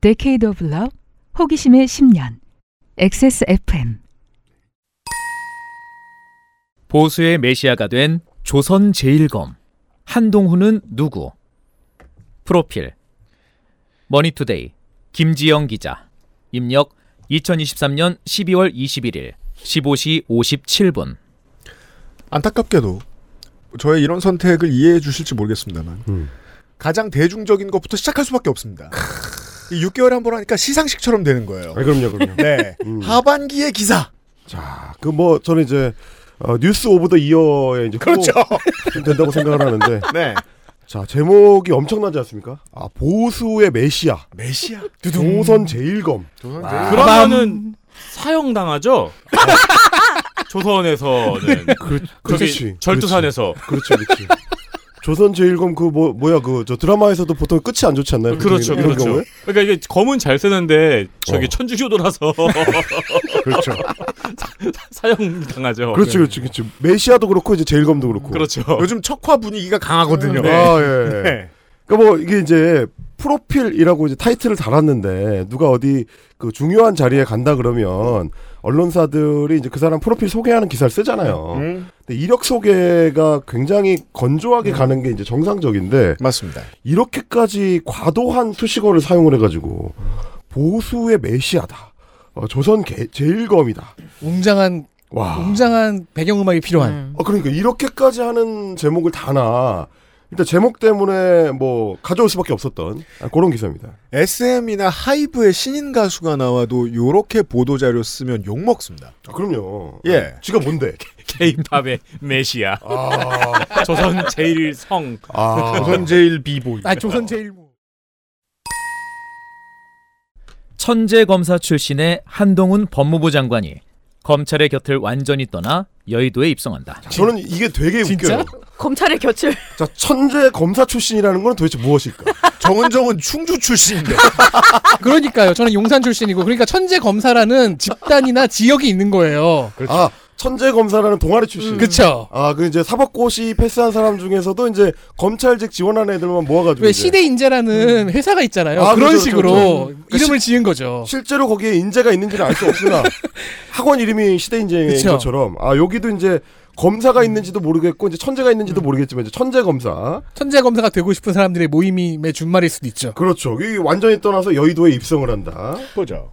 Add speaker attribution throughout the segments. Speaker 1: Decade of Love, 호기심의 10년, XSFM.
Speaker 2: 보수의 메시아가 된 조선 제일검 한동훈은 누구? 프로필 머니투데이 김지영 기자 입력 2023년 12월 21일 15시 57분
Speaker 3: 안타깝게도 저의 이런 선택을 이해해 주실지 모르겠습니다만
Speaker 4: 음.
Speaker 3: 가장 대중적인 것부터 시작할 수밖에 없습니다. 이 6개월에 한 번 하니까 시상식처럼 되는 거예요.
Speaker 5: 아, 그럼요, 그럼요.
Speaker 3: 네.
Speaker 5: 음.
Speaker 3: 하반기의 기사.
Speaker 5: 자, 그 뭐 저는 이제 어, 뉴스 오브 더 이어에 이제
Speaker 3: 그렇죠.
Speaker 5: 후보 된다고 생각을 하는데,
Speaker 3: 네.
Speaker 5: 자 제목이 엄청나지 않습니까? 아 보수의 메시아,
Speaker 3: 메시아.
Speaker 5: 조선 제일검.
Speaker 3: 조선
Speaker 5: 아.
Speaker 2: 와.
Speaker 3: 제일
Speaker 6: 그러면은 사형 당하죠. 조선에서는
Speaker 5: 그,
Speaker 6: 저기 절도산에서
Speaker 5: 그렇지, 그렇지. 조선 제일검 그 뭐 뭐야 그 저 드라마에서도 보통 끝이 안 좋지 않나요?
Speaker 6: 그렇죠,
Speaker 5: 보통 이런
Speaker 6: 그렇죠.
Speaker 5: 경우에?
Speaker 6: 그러니까 이게 검은 잘 쓰는데 저기
Speaker 5: 어.
Speaker 6: 천주교도라서
Speaker 5: 그렇죠.
Speaker 6: 사형 당하죠.
Speaker 5: 그렇지, 그렇지, 그렇지. 메시아도 그렇고 이제 제일검도 그렇고.
Speaker 6: 그렇죠.
Speaker 3: 요즘 척화 분위기가 강하거든요.
Speaker 5: 아 예.
Speaker 3: 네.
Speaker 5: 그러니까 뭐 이게 이제 프로필이라고 이제 타이틀을 달았는데 누가 어디 그 중요한 자리에 간다 그러면 언론사들이 이제 그 사람 프로필 소개하는 기사를 쓰잖아요.
Speaker 3: 음,
Speaker 5: 근데 이력 소개가 굉장히 건조하게 가는 게 이제 정상적인데
Speaker 3: 맞습니다.
Speaker 5: 이렇게까지 과도한 수식어를 사용을 해가지고 보수의 메시아다. 어, 조선 개, 제일검이다.
Speaker 4: 웅장한
Speaker 5: 와.
Speaker 4: 음. 웅장한 배경음악이 필요한
Speaker 5: 아, 그러니까 이렇게까지 하는 제목을 다나 일단 제목 때문에 뭐 가져올 수밖에 없었던 아, 그런 기사입니다.
Speaker 3: SM이나 하이브의 신인 가수가 나와도 요렇게 보도 자료 쓰면 욕 먹습니다.
Speaker 5: 아, 그럼요. 아,
Speaker 3: 예.
Speaker 5: 지가 뭔데?
Speaker 6: 케이팝의 메시아
Speaker 5: 아,
Speaker 6: 조선 제일성
Speaker 5: 아
Speaker 3: 조선 제일 비보이.
Speaker 4: 아 조선 제일무
Speaker 2: 천재 검사 출신의 한동훈 법무부 장관이 검찰의 곁을 완전히 떠나 여의도에 입성한다.
Speaker 5: 저는 이게 되게
Speaker 4: 진짜?
Speaker 5: 웃겨요.
Speaker 7: 검찰의 곁을
Speaker 5: 자, 천재 검사 출신이라는 건 도대체 무엇일까?
Speaker 3: 정은정은 충주 출신인데.
Speaker 4: 그러니까요 저는 용산 출신이고 그러니까 천재 검사라는 집단이나 지역이 있는 거예요
Speaker 5: 아, 천재 검사라는 동아리 출신.
Speaker 4: 그쵸
Speaker 5: 아, 그 이제 사법고시 패스한 사람 중에서도 이제 검찰직 지원하는 애들만 모아가지고
Speaker 4: 왜
Speaker 5: 이제
Speaker 4: 시대 인재라는 회사가 있잖아요
Speaker 5: 아,
Speaker 4: 그런
Speaker 5: 그렇죠,
Speaker 4: 식으로
Speaker 5: 그렇죠.
Speaker 4: 이름을 지은 거죠
Speaker 5: 실제로 거기에 인재가 있는지는 알 수 없으나 학원 이름이 시대 인재인
Speaker 4: 그쵸.
Speaker 5: 것처럼 아 여기도 이제 검사가 있는지도 모르겠고 이제 천재가 있는지도
Speaker 4: 음.
Speaker 5: 모르겠지만 이제 천재 검사
Speaker 4: 천재 검사가 되고 싶은 사람들의 모임의 준말일 수도 있죠
Speaker 5: 그렇죠 이게 완전히 떠나서 여의도에 입성을 한다
Speaker 3: 보죠.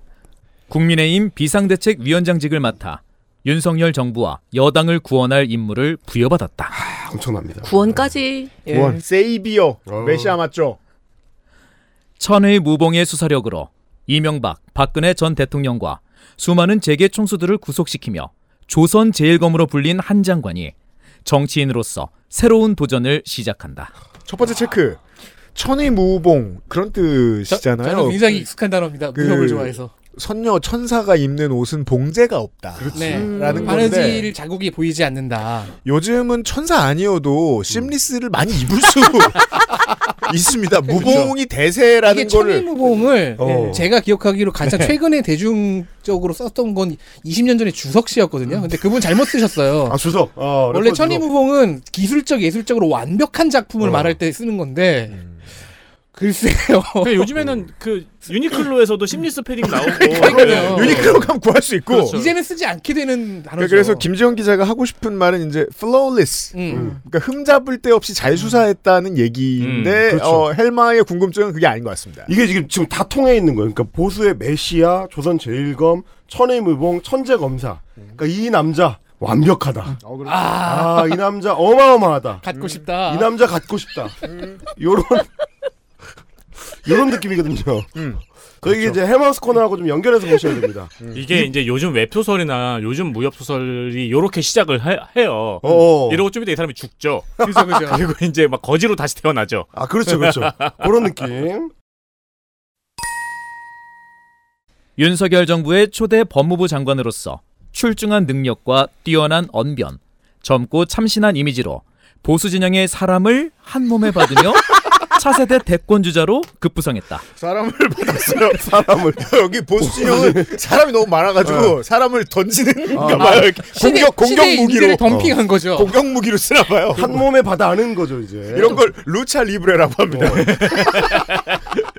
Speaker 2: 국민의힘 비상대책위원장직을 맡아 윤석열 정부와 여당을 구원할 임무를 부여받았다.
Speaker 5: 아, 엄청납니다
Speaker 7: 구원까지 예.
Speaker 3: 구원. 세이비어.
Speaker 5: 어.
Speaker 3: 메시아 맞죠?
Speaker 2: 천의 무봉의 수사력으로 이명박, 박근혜 전 대통령과 수많은 재계 총수들을 구속시키며 조선 제일검으로 불린 한 장관이 정치인으로서 새로운 도전을 시작한다.
Speaker 3: 첫 번째 체크. 천의 무봉 그런
Speaker 4: 저-
Speaker 3: 뜻이잖아요.
Speaker 4: 저는 굉장히 익숙한 단어입니다
Speaker 3: 그-
Speaker 4: 무협을 좋아해서
Speaker 3: 선녀 천사가 입는 옷은 봉제가 없다.
Speaker 4: 네.
Speaker 3: 라는 건데
Speaker 4: 바느질 자국이 보이지 않는다
Speaker 3: 요즘은 천사 아니어도 심리스를 많이 입을 수 있습니다.
Speaker 4: 그렇죠.
Speaker 3: 무봉이 대세라는
Speaker 4: 이게
Speaker 3: 거를
Speaker 4: 천일무봉을
Speaker 5: 어.
Speaker 4: 제가 기억하기로 가장 최근에 대중적으로 썼던 건 20년 전에 주석 씨였거든요. 근데 그분 잘못 쓰셨어요.
Speaker 5: 아 주석 아,
Speaker 4: 원래
Speaker 5: 래퍼 주석.
Speaker 4: 천일무봉은 기술적 예술적으로 완벽한 작품을
Speaker 5: 어.
Speaker 4: 말할 때 쓰는 건데
Speaker 3: 음.
Speaker 4: 글쎄요.
Speaker 6: 그 요즘에는 그 유니클로에서도 심리스 패딩
Speaker 4: 그러니까요.
Speaker 6: 나오고
Speaker 3: 유니클로 가면 구할 수 있고.
Speaker 6: 그렇죠.
Speaker 4: 이제는 쓰지 않게 되는 단어죠.
Speaker 3: 그러니까 그래서 김지영 기자가 하고 싶은 말은 이제 flawless.
Speaker 4: 음.
Speaker 3: 그러니까 흠잡을 데 없이 잘 수사했다는 얘기인데
Speaker 5: 음, 그렇죠.
Speaker 3: 어, 헬마의 궁금증은 그게 아닌 것 같습니다.
Speaker 5: 이게 지금 지금 다 통해 있는 거예요. 그러니까 보수의 메시아, 조선 제일검, 천의무봉, 천재 검사. 그러니까 이 남자 완벽하다.
Speaker 4: 아,
Speaker 5: 아, 이 남자 어마어마하다.
Speaker 3: 음.
Speaker 4: 갖고 싶다.
Speaker 3: 아.
Speaker 5: 이 남자 갖고 싶다. 요런 요런 느낌이거든요.
Speaker 3: 음.
Speaker 5: 저희 이게 이제 해마우스 코너하고 좀 연결해서 보셔야 됩니다.
Speaker 6: 이게 이제 요즘 웹소설이나 요즘 무협소설이 요렇게 시작을 해, 해요.
Speaker 5: 어.
Speaker 6: 이러고 좀 이따 이 사람이 죽죠.
Speaker 4: 그죠 그죠.
Speaker 6: 그리고 이제 막 거지로 다시 태어나죠.
Speaker 5: 아, 그렇죠. 그렇죠. 그런 느낌.
Speaker 2: 윤석열 정부의 초대 법무부 장관으로서 출중한 능력과 뛰어난 언변, 젊고 참신한 이미지로 보수 진영의 사람을 한 몸에 받으며 차세대 대권 주자로 급부상했다.
Speaker 3: 사람을 받았어요.
Speaker 5: 사람을
Speaker 3: 여기 보수 진영은 사람이 어, 너무 많아가지고 사람을 던지는가
Speaker 5: 아,
Speaker 3: 봐요.
Speaker 4: 시대-
Speaker 3: 어. 공격 공격
Speaker 4: 시대의 인재를
Speaker 3: 무기로 어. 그-
Speaker 4: 덤핑한 거죠.
Speaker 3: 공격 무기로 쓰나 봐요.
Speaker 5: 한 몸에 받아 아는 거죠, 이제.
Speaker 3: 어. 이런 걸 루차 리브레라고 합니다.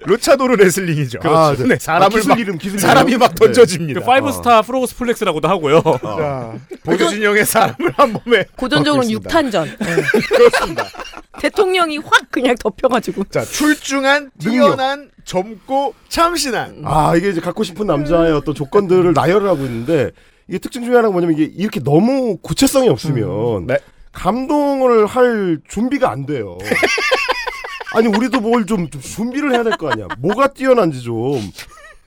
Speaker 3: 루차도르 레슬링이죠.
Speaker 5: 아,
Speaker 3: 네, 사람을
Speaker 5: 기술
Speaker 3: 막
Speaker 5: 이름 기술 이름.
Speaker 3: 사람이 네. 막 던져집니다.
Speaker 6: 그
Speaker 5: 어.
Speaker 6: 파이브 스타 프로고스 플렉스라고도 하고요.
Speaker 3: 자, 보조진영의 사람을 한 몸에
Speaker 7: 고전적으로는
Speaker 3: 아, 그렇습니다.
Speaker 7: 6탄전. 네.
Speaker 3: 그렇습니다.
Speaker 7: 대통령이 확 그냥 덮여가지고.
Speaker 3: 자, 출중한, 뛰어난, 젊고 참신한.
Speaker 5: 아 이게 이제 갖고 싶은 남자의 어떤 조건들을 나열을 하고 있는데 이게 특징 중에 하나가 뭐냐면 이게 이렇게 너무 구체성이
Speaker 6: 음.
Speaker 5: 없으면
Speaker 3: 네.
Speaker 5: 감동을 할 준비가 안 돼요. 아니 우리도 뭘 좀 준비를 해야 될 거 아니야. 뭐가 뛰어난지 좀.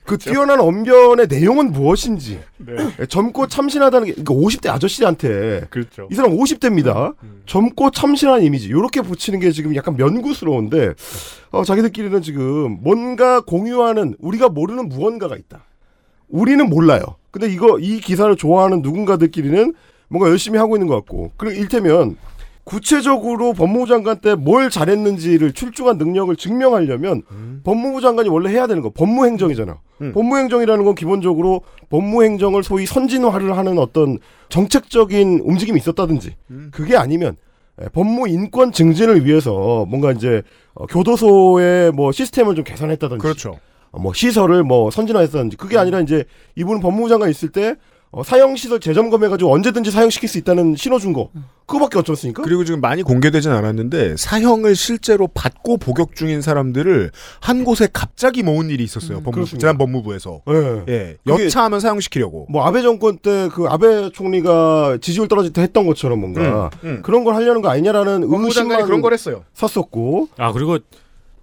Speaker 5: 그 뛰어난 언변의 내용은 무엇인지
Speaker 6: 네.
Speaker 5: 예, 젊고 참신하다는 게 그러니까 50대 아저씨한테
Speaker 6: 그렇죠. 음.
Speaker 5: 이 사람 50대입니다. 젊고 참신한 이미지. 이렇게 붙이는 게 지금 약간 면구스러운데 어, 자기들끼리는 지금 뭔가 공유하는 우리가 모르는 무언가가 있다. 우리는 몰라요. 근데 이거 이 기사를 좋아하는 누군가들끼리는 뭔가 열심히 하고 있는 것 같고 그리고 일테면 구체적으로 법무부 장관 때 뭘 잘했는지를 출중한 능력을 증명하려면 법무부 장관이 원래 해야 되는 거 법무행정이잖아.
Speaker 3: 음.
Speaker 5: 법무행정이라는 건 기본적으로 법무행정을 소위 선진화를 하는 어떤 정책적인 움직임이 있었다든지
Speaker 3: 음.
Speaker 5: 그게 아니면 예, 법무 인권 증진을 위해서 뭔가 이제 어, 교도소의 뭐 시스템을 좀 개선했다든지
Speaker 3: 그렇죠.
Speaker 5: 어, 뭐 시설을 뭐
Speaker 3: 음.
Speaker 5: 선진화했다든지 그게 아니라 이제 이분은 법무부 장관 있을 때 어, 사형 시설 재점검해가지고 언제든지 사형시킬 수 있다는 신호 준거
Speaker 3: 음.
Speaker 5: 그거밖에 어쩌습니까?
Speaker 3: 그리고 지금 많이 공개되진 않았는데 사형을 실제로 받고 복역 중인 사람들을 한 곳에 갑자기 모은 일이 있었어요. 법무부,
Speaker 5: 음, 그렇습니다.
Speaker 3: 지난 법무부에서.
Speaker 5: 예.
Speaker 3: 예.
Speaker 5: 그게-
Speaker 3: 여차하면 사용시키려고.
Speaker 5: 뭐 아베 정권 때 그 아베 총리가 지지율 떨어질 때 했던 것처럼 뭔가
Speaker 3: 음, 음.
Speaker 5: 그런 걸 하려는 거 아니냐라는
Speaker 3: 법무부 장관이
Speaker 5: 의심만
Speaker 3: 그런 걸 했어요.
Speaker 5: 샀었고
Speaker 6: 아 그리고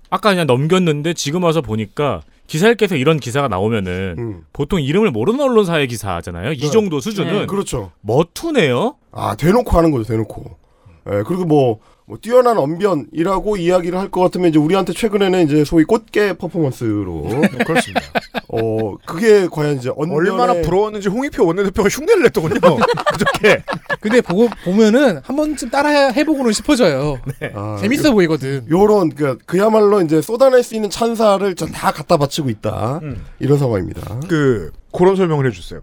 Speaker 6: 아까 그냥 넘겼는데 지금 와서 보니까 기사 읽기에서 이런 기사가 나오면은
Speaker 5: 음.
Speaker 6: 보통 이름을 모르는 언론사의 기사잖아요.
Speaker 5: 네.
Speaker 6: 이 정도 수준은
Speaker 7: 네.
Speaker 5: 그렇죠.
Speaker 6: 머투네요.
Speaker 5: 아 대놓고 하는 거죠 대놓고 예 그리고 뭐, 뭐 뛰어난 언변이라고 이야기를 할 것 같으면 이제 우리한테 최근에는 이제 소위 꽃게 퍼포먼스로
Speaker 3: 네, 그렇습니다.
Speaker 5: 어 그게 과연 이제 언변의
Speaker 3: 얼마나 부러웠는지 홍익표 원내대표가 흉내를 냈더군요. 그저께.
Speaker 4: 근데 보고 보면은 한 번쯤 따라 해보고는 싶어져요.
Speaker 3: 네.
Speaker 5: 아,
Speaker 4: 재밌어 보이거든.
Speaker 5: 요런 그 그야말로 이제 쏟아낼 수 있는 찬사를 전 다 갖다 바치고 있다
Speaker 3: 음.
Speaker 5: 이런 상황입니다.
Speaker 3: 그 그런 설명을 해주세요.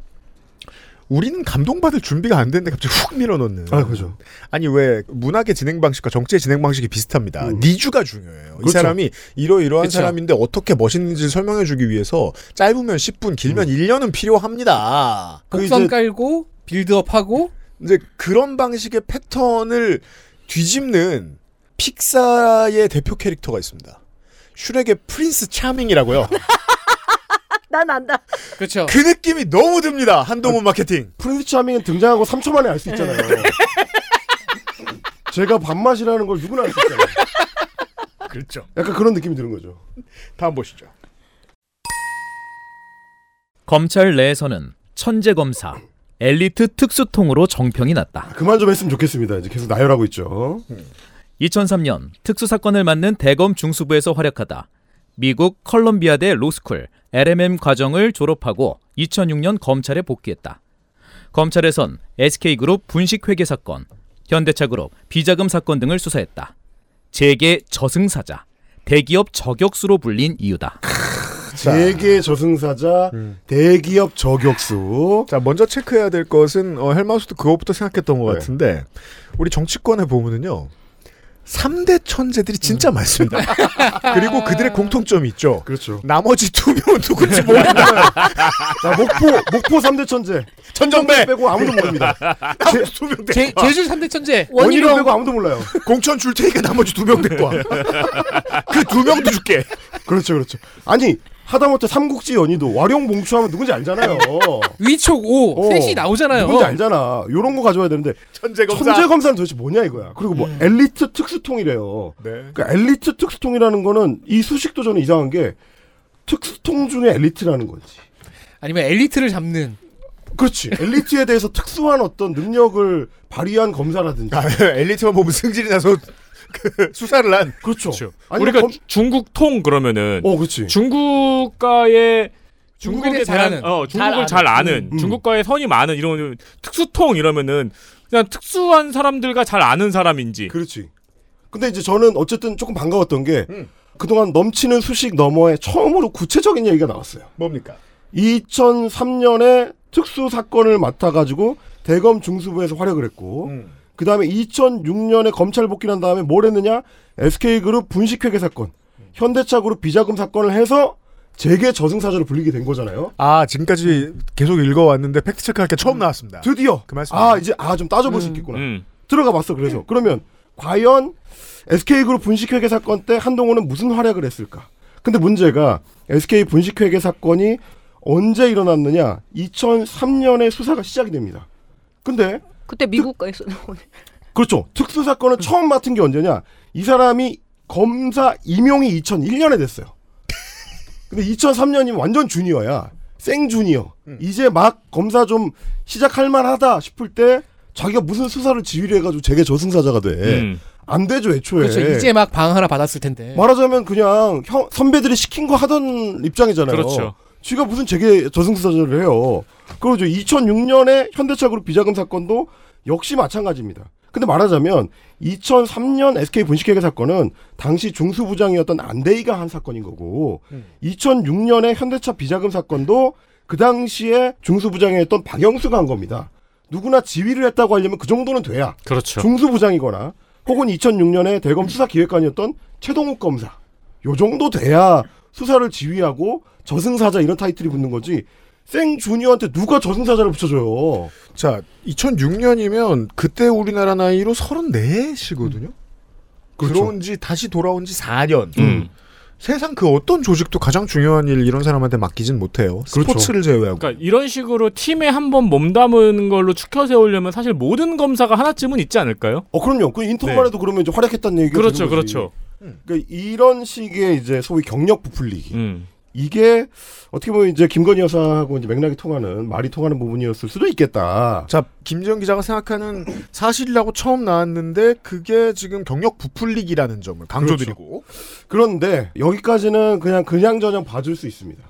Speaker 3: 우리는 감동받을 준비가 안 됐는데 갑자기 훅 밀어넣는.
Speaker 5: 아 그죠.
Speaker 3: 아니 왜 문학의 진행 방식과 정치의 진행 방식이 비슷합니다.
Speaker 5: 음.
Speaker 3: 니주가 중요해요. 이
Speaker 5: 그렇죠.
Speaker 3: 사람이 이러이러한
Speaker 4: 그쵸.
Speaker 3: 사람인데 어떻게 멋있는지 설명해주기 위해서 짧으면 10분, 길면 1년은 필요합니다.
Speaker 5: 그
Speaker 4: 곡선
Speaker 5: 이제-
Speaker 4: 깔고 빌드업하고
Speaker 3: 이제 그런 방식의 패턴을 뒤집는 픽사의 대표 캐릭터가 있습니다. 슈렉의 프린스 차밍이라고요.
Speaker 7: 난 안다.
Speaker 4: 그렇죠.
Speaker 3: 그 느낌이 너무 듭니다. 한동훈 마케팅.
Speaker 5: 프린스 차밍은 등장하고 3초 만에 알 수 있잖아요.
Speaker 3: 네.
Speaker 5: 제가 밥맛이라는 걸 누구나 알 수 있잖아요.
Speaker 3: 그렇죠.
Speaker 5: 약간 그런 느낌이 드는 거죠.
Speaker 3: 다음 보시죠.
Speaker 2: 검찰 내에서는 천재 검사, 엘리트 특수통으로 정평이 났다.
Speaker 5: 그만 좀 했으면 좋겠습니다. 이제 계속 나열하고 있죠.
Speaker 2: 2003년 특수 사건을 맡는 대검 중수부에서 활약하다. 미국 컬럼비아대 로스쿨 LMM 과정을 졸업하고 2006년 검찰에 복귀했다. 검찰에선 SK그룹 분식회계 사건, 현대차그룹 비자금 사건 등을 수사했다. 재계 저승사자, 대기업 저격수로 불린 이유다.
Speaker 5: 재계 저승사자, 대기업 저격수.
Speaker 3: 자, 먼저 체크해야 될 것은 어, 헬마우스도 그것부터 생각했던 것
Speaker 5: 네.
Speaker 3: 같은데 우리 정치권에 보면은요. 3대 천재들이 진짜 많습니다. 그리고 그들의 공통점이 있죠.
Speaker 5: 그렇죠.
Speaker 3: 나머지 두 명은 누군지 모른다.
Speaker 5: 자, 목포, 목포 3대 천재.
Speaker 3: 천정배.
Speaker 5: 빼고 아무도 모릅니다.
Speaker 3: 나머지 두 명
Speaker 4: 제,
Speaker 3: 대과.
Speaker 4: 제주 3대 천재.
Speaker 5: 원희룡 빼고 아무도 몰라요.
Speaker 3: 공천 줄 테니까 나머지 두 명 대과. 그 두 명도 줄게.
Speaker 5: 그렇죠, 그렇죠. 아니, 하다못해 삼국지 연희도 와룡 봉추하면 누군지 알잖아요.
Speaker 4: 위촉
Speaker 5: 어,
Speaker 4: 5 셋이 나오잖아요.
Speaker 5: 누군지 알잖아. 요런 거 가져와야 되는데,
Speaker 3: 천재 검사.
Speaker 5: 천재 검사는 도대체 뭐냐 이거야. 그리고 뭐 엘리트 특수통이래요.
Speaker 3: 네.
Speaker 5: 그러니까 엘리트 특수통이라는 거는 이 수식도 저는 이상한 게 특수통 중에 엘리트라는 건지.
Speaker 4: 아니면 엘리트를 잡는
Speaker 5: 그렇지. 엘리트에 대해서 특수한 어떤 능력을 발휘한 검사라든지.
Speaker 3: 아, 엘리트만 보면 승질이 나서 그 수사를 한
Speaker 5: 그렇죠.
Speaker 6: 그렇죠.
Speaker 5: 아니면
Speaker 6: 우리가
Speaker 5: 검-
Speaker 6: 중국 통 그러면은
Speaker 5: 어, 그렇지.
Speaker 6: 중국과의
Speaker 4: 중국에
Speaker 6: 중국에
Speaker 4: 잘
Speaker 6: 대한
Speaker 4: 아는,
Speaker 6: 어, 중국을
Speaker 4: 잘
Speaker 6: 잘 아는
Speaker 5: 음.
Speaker 6: 중국과의 선이 많은 이런 특수통 이러면은 그냥 특수한 사람들과 잘 아는 사람인지
Speaker 5: 그렇지. 근데 이제 저는 어쨌든 조금 반가웠던 게
Speaker 3: 음.
Speaker 5: 그동안 넘치는 수식 너머에 처음으로 구체적인 얘기가 나왔어요.
Speaker 3: 뭡니까?
Speaker 5: 2003년에 특수 사건을 맡아가지고 대검 중수부에서 활약을 했고
Speaker 3: 음.
Speaker 5: 그 다음에 2006년에 검찰 복귀한 다음에 뭘 했느냐? SK그룹 분식회계 사건. 현대차그룹 비자금 사건을 해서 재계 저승사자로 불리게 된 거잖아요.
Speaker 3: 아 지금까지 계속 읽어왔는데 팩트 체크할 게 처음 나왔습니다.
Speaker 5: 드디어
Speaker 3: 그 말씀.
Speaker 5: 아 이제 아 좀 따져볼 수 있겠구나.
Speaker 6: 음.
Speaker 5: 들어가 봤어. 그래서 그러면 과연 SK그룹 분식회계 사건 때 한동훈은 무슨 활약을 했을까? 근데 문제가 SK 분식회계 사건이 언제 일어났느냐? 2003년에 수사가 시작이 됩니다. 근데
Speaker 7: 그때 미국가에서 나온
Speaker 5: 그렇죠. 특수 사건을 처음 맡은 게 언제냐? 이 사람이 검사 임용이 2001년에 됐어요. 근데 2003년이면 완전 주니어야. 생 주니어. 이제 막 검사 좀 시작할 만하다 싶을 때 자기가 무슨 수사를 지휘를 해가지고 제게 저승사자가 돼.
Speaker 6: 음.
Speaker 5: 안 되죠 애초에.
Speaker 4: 그렇죠.
Speaker 3: 네.
Speaker 4: 이제 막 방 하나 받았을 텐데.
Speaker 5: 말하자면 그냥 형, 선배들이 시킨 거 하던 입장이잖아요.
Speaker 6: 그렇죠.
Speaker 5: 쥐가 무슨 제게 저승사자를 해요. 그리고 2006년에 현대차그룹 비자금 사건도 역시 마찬가지입니다. 근데 말하자면 2003년 SK 분식회계 사건은 당시 중수부장이었던 안대희가 한 사건인 거고 2006년에 현대차 비자금 사건도 그 당시에 중수부장이었던 박영수가 한 겁니다. 누구나 지휘를 했다고 하려면 그 정도는 돼야
Speaker 6: 그렇죠.
Speaker 5: 중수부장이거나 혹은 2006년에 대검 수사기획관이었던 최동욱 검사 요 정도 돼야 수사를 지휘하고 저승사자 이런 타이틀이 붙는 거지 생 주니어한테 누가 저승사자를 붙여줘요
Speaker 3: 자 2006년이면 그때 우리나라 나이로 34시거든요. 들어온 지 다시 돌아온 지 4년.
Speaker 6: 그렇죠. 음.
Speaker 3: 세상 그 어떤 조직도 가장 중요한 일 이런 사람한테 맡기진 못해요. 스포츠를 제외하고.
Speaker 6: 그러니까 이런 식으로 팀에 한번 몸담은 걸로 축혀 세우려면 사실 모든 검사가 하나쯤은 있지 않을까요?
Speaker 5: 어 그럼요 그 인터만
Speaker 6: 네.
Speaker 5: 해도 그러면 이제 활약했다는 얘기가
Speaker 6: 그렇죠,
Speaker 5: 되는 거지.
Speaker 6: 그렇죠.
Speaker 5: 그러니까 이런 식의 이제 소위 경력 부풀리기
Speaker 6: 음.
Speaker 5: 이게 어떻게 보면 이제 김건희 여사하고 이제 맥락이 통하는 말이 통하는 부분이었을 수도 있겠다
Speaker 3: 자 김지영 기자가 생각하는 사실이라고 처음 나왔는데 그게 지금 경력 부풀리기라는 점을 강조드리고
Speaker 6: 그렇죠.
Speaker 5: 그런데 여기까지는 그냥 그냥저냥 봐줄 수 있습니다.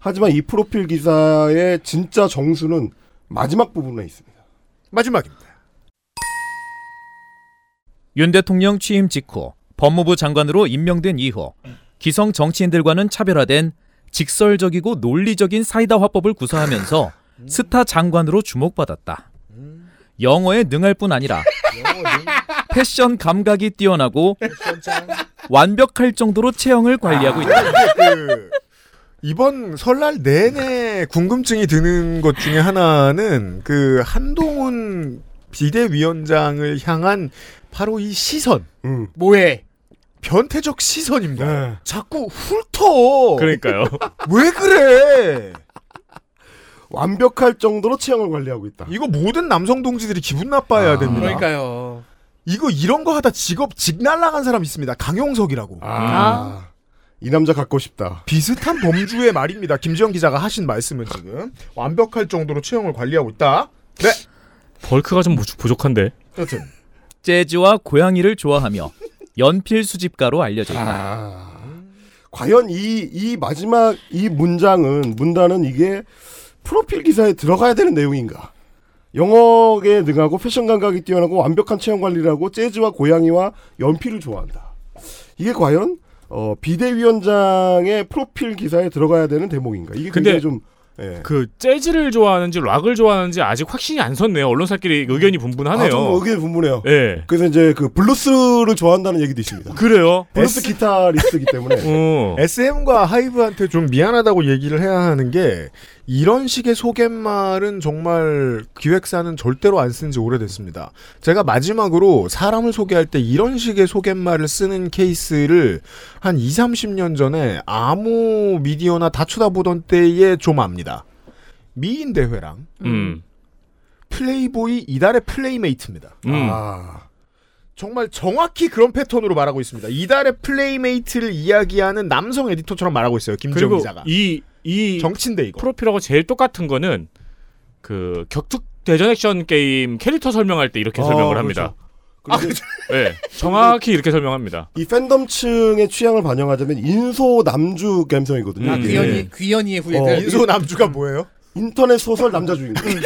Speaker 5: 하지만 이 프로필 기사의 진짜 정수는 마지막 부분에 있습니다.
Speaker 3: 마지막입니다.
Speaker 2: 윤 대통령 취임 직후 법무부 장관으로 임명된 이후 기성 정치인들과는 차별화된 직설적이고 논리적인 사이다 화법을 구사하면서 스타 장관으로 주목받았다. 영어에 능할 뿐 아니라 패션 감각이 뛰어나고 완벽할 정도로 체형을 관리하고 있다.
Speaker 3: 그 이번 설날 내내 궁금증이 드는 것 중에 하나는 그 한동훈 비대위원장을 향한 바로 이 시선,
Speaker 5: 음.
Speaker 4: 뭐해?
Speaker 3: 변태적
Speaker 5: 네.
Speaker 3: 시선입니다. 자꾸 훑어.
Speaker 6: 네. 그러니까요.
Speaker 3: 왜 그래?
Speaker 5: 완벽할 정도로 체형을 관리하고 있다.
Speaker 3: 이거 모든 남성 동지들이 기분 나빠해야
Speaker 5: 아.
Speaker 3: 됩니다.
Speaker 4: 그러니까요.
Speaker 3: 이거 이런 거 하다 직업 직 날라간 사람 있습니다. 강용석이라고.
Speaker 5: 아. 이 남자 갖고 싶다.
Speaker 3: 비슷한 범주의 말입니다. 김지영 기자가 하신 말씀은 지금 완벽할 정도로 체형을 관리하고 있다.
Speaker 6: 벌크가 좀 부족- 부족한데.
Speaker 3: 여튼
Speaker 2: 재즈와 고양이를 좋아하며 연필 수집가로 알려져 있다.
Speaker 6: 아.
Speaker 5: 과연 이, 이 마지막 이 문장은, 문단은 이게 프로필 기사에 들어가야 되는 내용인가? 영어에 능하고 패션 감각이 뛰어나고 완벽한 체형 관리라고 재즈와 고양이와 연필을 좋아한다. 이게 과연 어, 비대위원장의 프로필 기사에 들어가야 되는 대목인가? 이게
Speaker 6: 근데
Speaker 5: 굉장히 좀 예.
Speaker 6: 그 재즈를 좋아하는지 락을 좋아하는지 아직 확신이 안 섰네요. 언론사끼리 의견이
Speaker 5: 아, 좀
Speaker 6: 분분하네요.
Speaker 5: 의견이 분분해요.
Speaker 6: 예.
Speaker 5: 그래서 이제 그 블루스를 좋아한다는 얘기도 있습니다.
Speaker 6: 그래요.
Speaker 5: 블루스 기타리스트이기 때문에
Speaker 6: 어.
Speaker 3: SM과 하이브한테 좀 미안하다고 얘기를 해야 하는 게 이런 식의 소개말은 정말 기획사는 절대로 안 쓴 지 오래됐습니다. 제가 마지막으로 사람을 소개할 때 이런 식의 소개말을 쓰는 케이스를 한 2, 30년 전에 아무 미디어나 다 쳐다보던 때에 좀 압니다. 미인 대회랑
Speaker 6: 음.
Speaker 3: 플레이보이 이달의 플레이메이트입니다.
Speaker 6: 음.
Speaker 5: 아,
Speaker 3: 정말 정확히 그런 패턴으로 말하고 있습니다. 이달의 플레이메이트를 이야기하는 남성 에디터처럼 말하고 있어요. 김지영
Speaker 6: 그리고
Speaker 3: 기자가.
Speaker 6: 이, 이
Speaker 3: 정치인데 이거.
Speaker 6: 프로필하고 제일 똑같은 거는 그 격투 대전 액션 게임 캐릭터 설명할 때 이렇게
Speaker 5: 아,
Speaker 6: 설명을
Speaker 5: 그렇죠.
Speaker 6: 합니다.
Speaker 5: 그리고
Speaker 6: 예. 정확히 이렇게 설명합니다.
Speaker 5: 이 팬덤층의 취향을 반영하자면 인소 남주 감성이거든요.
Speaker 6: 음.
Speaker 5: 이게.
Speaker 4: 아, 귀연이 귀연이의
Speaker 5: 예. 어,
Speaker 4: 후예들.
Speaker 3: 인소 남주가 뭐예요?
Speaker 5: 인터넷 소설 남자 주인공.
Speaker 6: 음.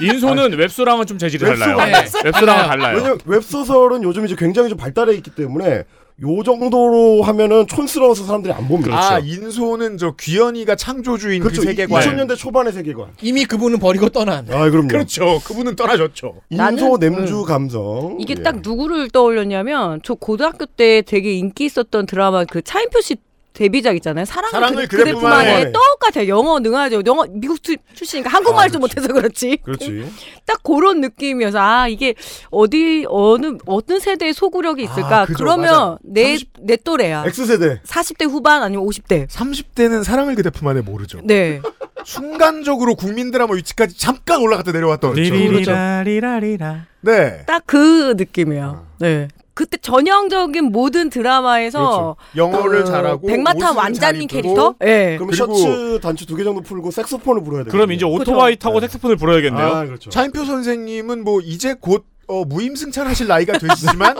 Speaker 6: 인소는 웹소랑은 좀 재질이
Speaker 5: 웹소가
Speaker 8: 네.
Speaker 6: 달라요. 웹소랑은 달라요.
Speaker 5: 왜냐면 웹소설은 요즘 이제 굉장히 좀 발달해 있기 때문에 요 정도로 하면은 촌스러워서 사람들이 안
Speaker 7: 그렇죠.
Speaker 5: 봅니다.
Speaker 6: 그렇죠.
Speaker 3: 아 인소는 저 귀현이가 창조주인 그
Speaker 5: 그렇죠.
Speaker 3: 세계관.
Speaker 5: 2000년대 초반의 세계관.
Speaker 4: 이미 그분은 버리고 떠난.
Speaker 5: 아, 그럼요.
Speaker 3: 그렇죠. 그분은 떨어졌죠.
Speaker 5: 인소 냄주 감성.
Speaker 7: 이게
Speaker 5: 예.
Speaker 7: 딱 누구를 떠올렸냐면 저 고등학교 때 되게 인기 있었던 드라마 그 차인표 씨 데뷔작 있잖아요. 사랑을,
Speaker 3: 사랑을
Speaker 7: 그대,
Speaker 3: 그대뿐만
Speaker 7: 그대뿐만에
Speaker 5: 해.
Speaker 7: 똑같아요. 영어 능하죠. 영어 미국 출- 출신이니까
Speaker 3: 아,
Speaker 7: 한국말 좀 못해서 그렇지.
Speaker 5: 그렇지.
Speaker 7: 딱 그런 느낌이어서 아 이게 어디 어느 어떤 세대의 소구력이 있을까?
Speaker 3: 아, 그죠, 맞아.
Speaker 7: 그러면 내 내
Speaker 3: 30
Speaker 7: 또래야. 네.
Speaker 5: X세대.
Speaker 7: 40대 후반 아니면 50대.
Speaker 3: 30대는 사랑을 그대 품 안에 모르죠.
Speaker 7: 네.
Speaker 3: 순간적으로 국민 드라마 위치까지 잠깐 올라갔다 내려왔던. 그렇죠.
Speaker 6: 리라리라.
Speaker 3: 네.
Speaker 7: 딱 그 느낌이에요.
Speaker 3: 아.
Speaker 7: 네. 그때 전형적인 모든 드라마에서
Speaker 3: 그렇죠. 영어를
Speaker 7: 어,
Speaker 3: 잘하고
Speaker 7: 백마탄
Speaker 3: 옷은 잘
Speaker 7: 완자님
Speaker 3: 입고.
Speaker 7: 캐릭터? 예.
Speaker 5: 그럼
Speaker 3: 그리고-
Speaker 5: 셔츠 단추 두 개 정도 풀고 색소폰을 불어야
Speaker 8: 그렇죠.
Speaker 5: 돼.
Speaker 6: 그럼 이제 오토바이 타고 색소폰을 불어야겠네요.
Speaker 5: 아, 그렇죠.
Speaker 3: 차인표 선생님은 뭐 이제 곧 어, 무임승차하실 나이가 되시지만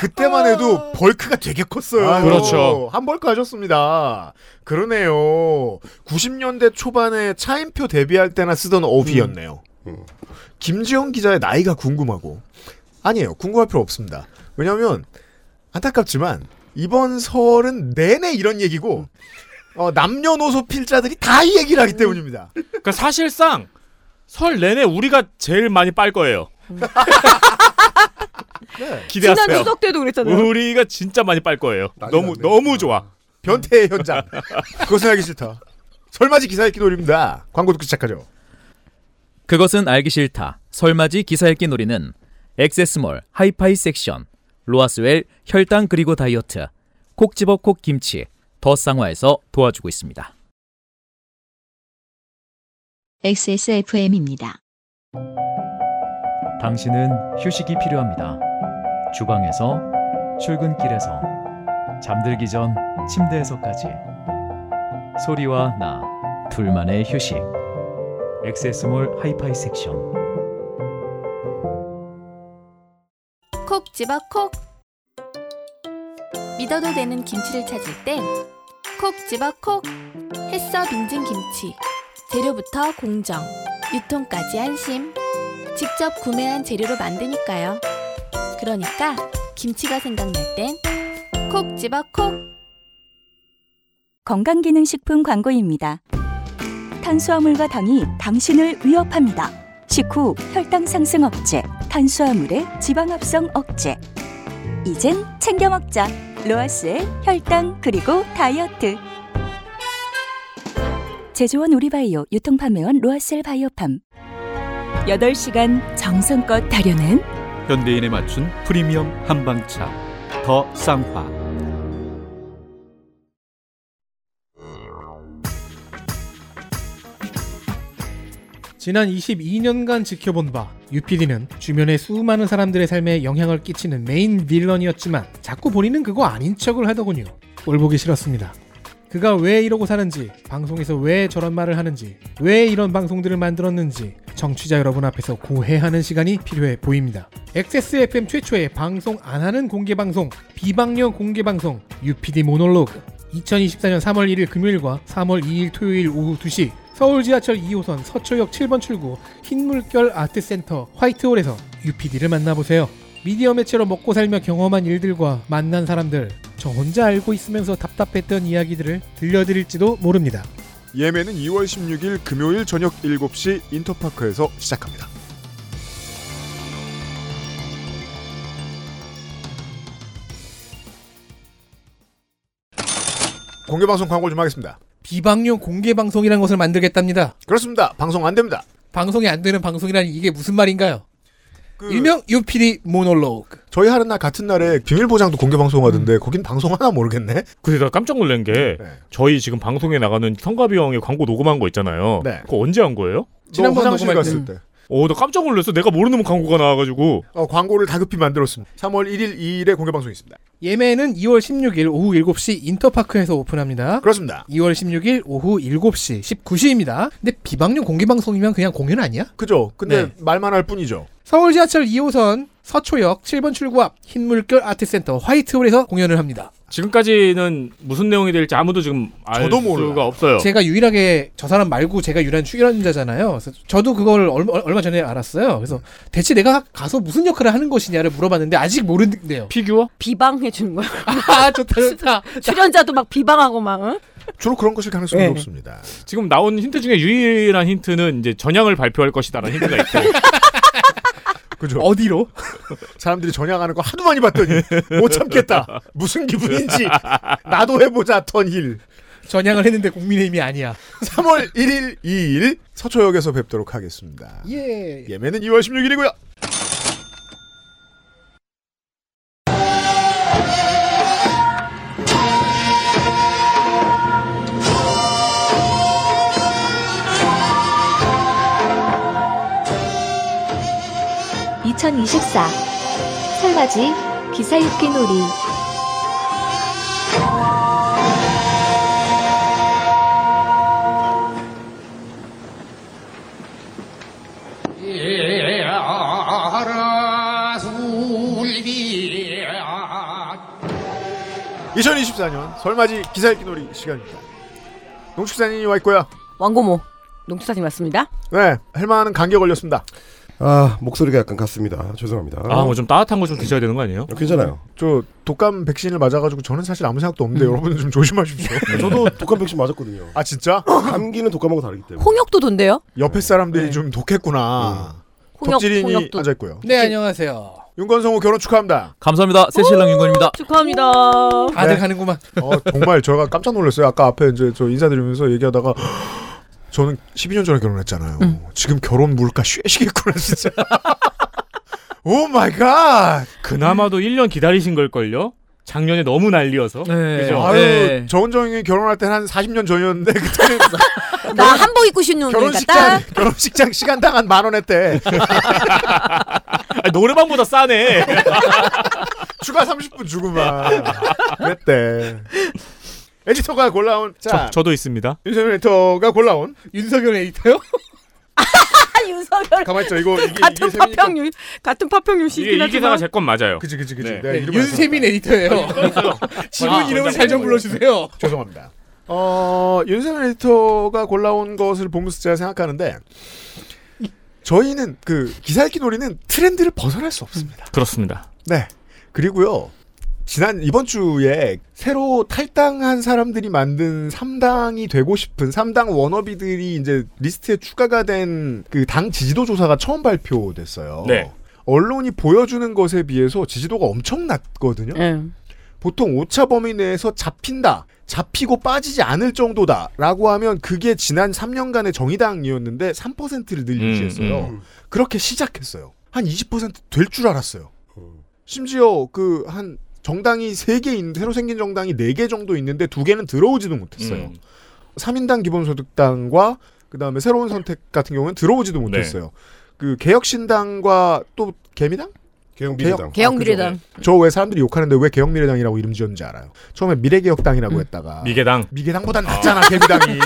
Speaker 3: 그때만 해도 벌크가 되게 컸어요.
Speaker 5: 아,
Speaker 6: 그렇죠.
Speaker 3: 한 벌크 하셨습니다. 그러네요. 90년대 초반에 차인표 데뷔할 때나 쓰던 어휘였네요.
Speaker 5: 음.
Speaker 3: 김지영 기자의 나이가 궁금하고 아니에요. 궁금할 필요 없습니다. 왜냐하면 안타깝지만 이번 설은 내내 이런 얘기고 어, 남녀노소 필자들이 다 이 얘기를 하기 때문입니다.
Speaker 6: 그러니까 사실상 설 내내 우리가 제일 많이 빨 거예요.
Speaker 8: 음.
Speaker 3: 네.
Speaker 7: 지난
Speaker 6: 기대하세요.
Speaker 7: 추석 때도 그랬잖아요.
Speaker 6: 우리가 진짜 많이 빨 거예요.
Speaker 5: 난리
Speaker 6: 너무
Speaker 5: 났네.
Speaker 6: 너무 좋아.
Speaker 3: 변태의 현장. 그것은 하기 싫다. 설맞이 기사 읽기 놀입니다. 광고 듣고 시작하죠.
Speaker 2: 그것은 알기 싫다. 설맞이 기사 읽기 놀이는 액세스몰 하이파이 섹션, 로아스웰 혈당 그리고 다이어트, 콕 집어 콕 김치, 더 쌍화에서 도와주고 있습니다.
Speaker 9: XSFM입니다.
Speaker 2: 당신은 휴식이 필요합니다. 주방에서, 출근길에서, 잠들기 전 침대에서까지. 소리와 나, 둘만의 휴식. 액세스몰 하이파이 섹션.
Speaker 10: 콕 집어 콕 믿어도 되는 김치를 찾을 땐 콕 집어 콕 햇서 빙진 김치 재료부터 공정 유통까지 안심 직접 구매한 재료로 만드니까요 그러니까 김치가 생각날 땐 콕 집어 콕
Speaker 11: 건강기능식품 광고입니다. 탄수화물과 당이 당신을 위협합니다. 식후 혈당 상승 억제, 탄수화물의 지방 합성 억제. 이젠 챙겨 먹자. 로아스의 혈당 그리고 다이어트. 제조원 우리바이오 유통판매원 로아셀 바이오팜. 8시간 정성껏 다려낸
Speaker 8: 현대인에 맞춘 프리미엄 한방차 더 쌍화
Speaker 4: 지난 22년간 지켜본 바 유피디는 주변의 수많은 사람들의 삶에 영향을 끼치는 메인 빌런이었지만 자꾸 본인은 그거 아닌 척을 하더군요. 꼴 보기 싫었습니다. 그가 왜 이러고 사는지, 방송에서 왜 저런 말을 하는지, 왜 이런 방송들을 만들었는지 정취자 여러분 앞에서 고해하는 시간이 필요해 보입니다. XSFM 최초의 방송 안 하는 공개 방송, 비방령 공개 방송 UPD 모놀로그 2024년 3월 1일 금요일과 3월 2일 토요일 오후 2시 서울 지하철 2호선 서초역 7번 출구 흰물결 아트센터 화이트홀에서 UPD를 만나보세요. 미디어 매체로 먹고 살며 경험한 일들과 만난 사람들, 저 혼자 알고 있으면서 답답했던 이야기들을 들려드릴지도 모릅니다.
Speaker 3: 예매는 2월 16일 금요일 저녁 7시 인터파크에서 시작합니다. 공개방송 광고 좀 하겠습니다.
Speaker 4: 비방용 공개 방송이라는 것을 만들겠답니다.
Speaker 3: 그렇습니다. 방송 안 됩니다.
Speaker 4: 방송이 안 되는 방송이라니 이게 무슨 말인가요?
Speaker 3: 그
Speaker 4: 일명 UPD 모놀로그.
Speaker 3: 저희 하는 날 같은 날에 비밀보장도 공개방송 하던데 거긴 방송 하나 모르겠네.
Speaker 6: 근데 나 깜짝 놀란 게
Speaker 3: 네.
Speaker 6: 저희 지금 방송에 나가는 성가비 형의 광고 녹음한 거 있잖아요.
Speaker 3: 네.
Speaker 6: 그거 언제 한 거예요?
Speaker 3: 지난
Speaker 4: 지난번
Speaker 3: 뭐 화장실
Speaker 4: 녹음할 때.
Speaker 3: 갔을 때.
Speaker 6: 어, 나 깜짝 놀랐어. 내가 모르는 광고가 나와가지고.
Speaker 3: 어, 광고를 다급히 만들었습니다. 3월 1일, 2일에 공개방송이 있습니다.
Speaker 4: 예매는 2월 16일 오후 7시 인터파크에서 오픈합니다.
Speaker 3: 그렇습니다.
Speaker 4: 2월 16일 오후 7시 19시입니다. 근데 비방용 공개 방송이면 그냥 공연 아니야?
Speaker 3: 그죠? 근데
Speaker 4: 네.
Speaker 3: 말만 할 뿐이죠.
Speaker 4: 서울 지하철 2호선 서초역 7번 출구 앞 흰물결 아트센터 화이트홀에서 공연을 합니다.
Speaker 6: 지금까지는 무슨 내용이 될지 아무도 지금 알
Speaker 4: 저도
Speaker 6: 수가
Speaker 4: 몰라요.
Speaker 6: 없어요.
Speaker 4: 제가 유일하게 저 사람 말고 제가 유일한 출연자잖아요. 그래서 저도 그걸 얼마, 얼마 전에 알았어요. 그래서 대체 내가 가서 무슨 역할을 하는 것이냐를 물어봤는데 아직 모르는데요.
Speaker 6: 피규어?
Speaker 7: 비방해 주는 거야.
Speaker 4: 아 좋다 좋다.
Speaker 7: 출연자도 막 비방하고 막. 응?
Speaker 3: 주로 그런 것일 가능성이 높습니다.
Speaker 6: 지금 나온 힌트 중에 유일한 힌트는 이제 전향을 발표할 것이다라는 힌트가 있고
Speaker 3: 그죠?
Speaker 4: 어디로?
Speaker 3: 사람들이 전향하는 거 하도 많이 봤더니 못 참겠다. 무슨 기분인지 나도 해보자 턴힐.
Speaker 4: 전향을 했는데 국민의힘이 아니야.
Speaker 3: 3월 1일, 2일 서초역에서 뵙도록 하겠습니다.
Speaker 4: 예.
Speaker 3: 예매는 2월 16일이고요.
Speaker 9: 2024 설맞이 기사읽기 놀이
Speaker 12: 알아술비
Speaker 3: 2024년 설맞이 기사읽기 놀이 시간입니다. 농축사님이 와 있고요.
Speaker 7: 왕고모 농축사님 왔습니다.
Speaker 3: 네, 헬마는 감기에 걸렸습니다.
Speaker 5: 아 목소리가 약간 갔습니다. 죄송합니다.
Speaker 6: 아 뭐 좀 따뜻한 거 좀 드셔야 되는 거 아니에요?
Speaker 5: 괜찮아요.
Speaker 3: 저 독감 백신을 맞아가지고 저는 사실 아무 생각도 없는데 여러분 좀 조심하십시오.
Speaker 5: 저도 독감 백신 맞았거든요.
Speaker 3: 아 진짜?
Speaker 5: 감기는 독감하고 다르기 때문에.
Speaker 7: 홍역도 돈대요?
Speaker 3: 옆에 사람들이 좀 독했구나.
Speaker 7: 홍역,
Speaker 3: 덕질인이
Speaker 7: 홍역도.
Speaker 3: 앉아 있고요.
Speaker 4: 네 안녕하세요.
Speaker 3: 윤건성우 결혼 축하합니다.
Speaker 2: 감사합니다. 새신랑 윤건입니다.
Speaker 7: 축하합니다.
Speaker 3: 다들
Speaker 4: 가는구만.
Speaker 3: 어, 정말 제가 깜짝 놀랐어요. 아까 앞에 이제 저 인사드리면서 얘기하다가 저는 12년 전에 결혼했잖아요. 지금 결혼 물가 쉐시겠구나 진짜. Oh 오 마이 갓.
Speaker 6: 그나마도 1년 기다리신 걸걸요? 작년에 너무 난리여서.
Speaker 7: 네.
Speaker 6: 그죠? 네.
Speaker 3: 아유, 정은정이 결혼할 때는 한 40년 전이었는데 그때는
Speaker 7: 나 한복 입고 싶는 놈들
Speaker 3: 결혼식장
Speaker 7: 같다.
Speaker 3: 결혼식장 시간당 한 만 원 했대.
Speaker 6: 아, 노래방보다 싸네.
Speaker 3: 추가 30분 주고만 그랬대. 에디터가 골라온 자
Speaker 6: 저, 저도 있습니다.
Speaker 3: 윤석열 에디터가 골라온
Speaker 4: 윤석열 에디터요?
Speaker 7: 아, 윤석열.
Speaker 3: 가만 있어 이거 이게
Speaker 7: 같은 파평유 같은 파평유
Speaker 6: 이게
Speaker 7: 씨긴
Speaker 6: 이 기사가
Speaker 7: 하지만
Speaker 6: 제 건 맞아요.
Speaker 3: 그지 그지 그지.
Speaker 6: 네.
Speaker 4: 윤세민 에디터예요.
Speaker 6: 아,
Speaker 4: 지분 이름을
Speaker 6: 혼자
Speaker 4: 잘 좀
Speaker 6: 보고
Speaker 4: 불러주세요.
Speaker 3: 죄송합니다. 어, 윤세민 에디터가 골라온 것을 보면서 제가 생각하는데 저희는 그 기사 읽기 놀이는 트렌드를 벗어날 수 없습니다.
Speaker 6: 그렇습니다.
Speaker 3: 네. 그리고요. 지난 이번 주에 새로 탈당한 사람들이 만든 3당이 되고 싶은 3당 워너비들이 이제 리스트에 추가가 된 그 당 지지도 조사가 처음 발표됐어요.
Speaker 6: 네.
Speaker 3: 언론이 보여주는 것에 비해서 지지도가 엄청 낮거든요.
Speaker 7: 예. 아,
Speaker 3: 보통 오차 범위 내에서 잡힌다. 잡히고 빠지지 않을 정도다라고 하면 그게 지난 3년간의 정의당이었는데 3%를 늘
Speaker 6: 음,
Speaker 3: 유지했어요.
Speaker 6: 음.
Speaker 3: 그렇게 시작했어요. 한 20%될 줄 알았어요. 심지어 그 한 정당이 3개 있 새로 생긴 정당이 4개 정도 있는데 2개는 들어오지도 못했어요.
Speaker 6: 음.
Speaker 3: 3인당 기본소득당과 그다음에 새로운 선택 같은 경우는 들어오지도
Speaker 6: 네.
Speaker 3: 못했어요. 그 개혁신당과 또 개미당?
Speaker 5: 개혁미래당.
Speaker 7: 개혁미래당.
Speaker 3: 저왜 사람들이 욕하는데 왜 개혁미래당이라고 이름 지었는지 알아요. 처음에 미래개혁당이라고 했다가
Speaker 6: 미개당.
Speaker 3: 미개당보다 낫잖아 개미당이.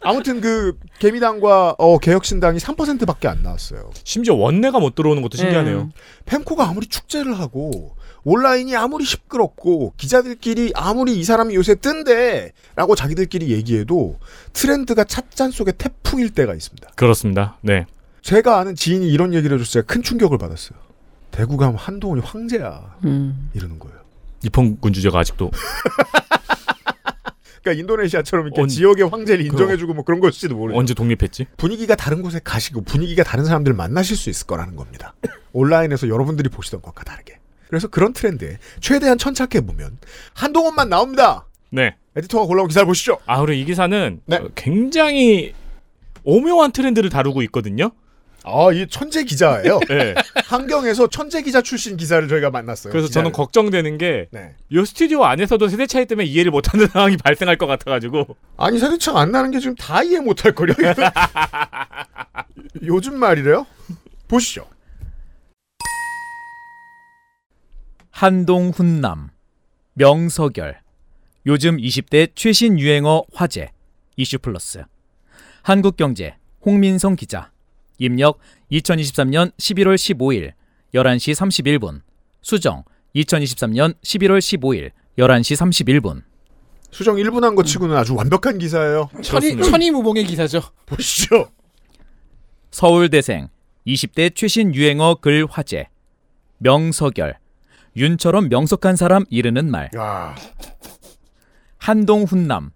Speaker 3: 아무튼 그 개미당과 어, 개혁신당이 3%밖에 안 나왔어요.
Speaker 6: 심지어 원내가 못 들어오는 것도 신기하네요.
Speaker 3: 펜코가 아무리 축제를 하고 온라인이 아무리 시끄럽고 기자들끼리 아무리 이 사람이 요새 뜬데라고 자기들끼리 얘기해도 트렌드가 찻잔 속에 태풍일 때가 있습니다.
Speaker 6: 그렇습니다. 네.
Speaker 3: 제가 아는 지인이 이런 얘기를 해줘서 제가 큰 충격을 받았어요. 대구 가면 한동훈이 황제야.
Speaker 7: 음.
Speaker 3: 이러는 거예요.
Speaker 6: 입헌군 주제가 아직도
Speaker 3: 그러니까 인도네시아처럼 이렇게
Speaker 6: 언-
Speaker 3: 지역의 황제를 인정해주고 뭐 그런 걸지도 모르죠.
Speaker 6: 언제 독립했지?
Speaker 3: 분위기가 다른 곳에 가시고 분위기가 다른 사람들 만나실 수 있을 거라는 겁니다. 온라인에서 여러분들이 보시던 것과 다르게. 그래서 그런 트렌드에 최대한 천착해 보면 한동훈만 나옵니다.
Speaker 6: 네.
Speaker 3: 에디터가 골라온 기사를 보시죠.
Speaker 6: 아 그리고 이 기사는
Speaker 3: 네.
Speaker 6: 어, 굉장히 오묘한 트렌드를 다루고 있거든요.
Speaker 3: 아, 이 천재 기자예요.
Speaker 6: 네.
Speaker 3: 한경에서 천재 기자 출신 기사를 저희가 만났어요.
Speaker 6: 그래서 저는
Speaker 3: 기자를.
Speaker 6: 걱정되는 게
Speaker 3: 네.
Speaker 6: 이 스튜디오 안에서도 세대 차이 때문에 이해를 못하는 상황이 발생할 것 같아가지고
Speaker 3: 아니 세대 차안 나는 게 지금 다 이해 못할 거려. 요즘 말이래요. 보시죠.
Speaker 2: 한동훈남, 명서결, 요즘 20대 최신 유행어 화제, 이슈플러스, 한국경제, 홍민성 기자, 입력 2023년 11월 15일 11시 31분, 수정 2023년 11월 15일 11시 31분.
Speaker 3: 수정 1분 한 거 치고는 아주 완벽한 기사예요.
Speaker 4: 천이, 천이무봉의 기사죠.
Speaker 3: 보시죠.
Speaker 2: 서울대생 20대 최신 유행어 글 화제 명석열 윤처럼 명석한 사람 이르는 말
Speaker 3: 아,
Speaker 2: 한동훈남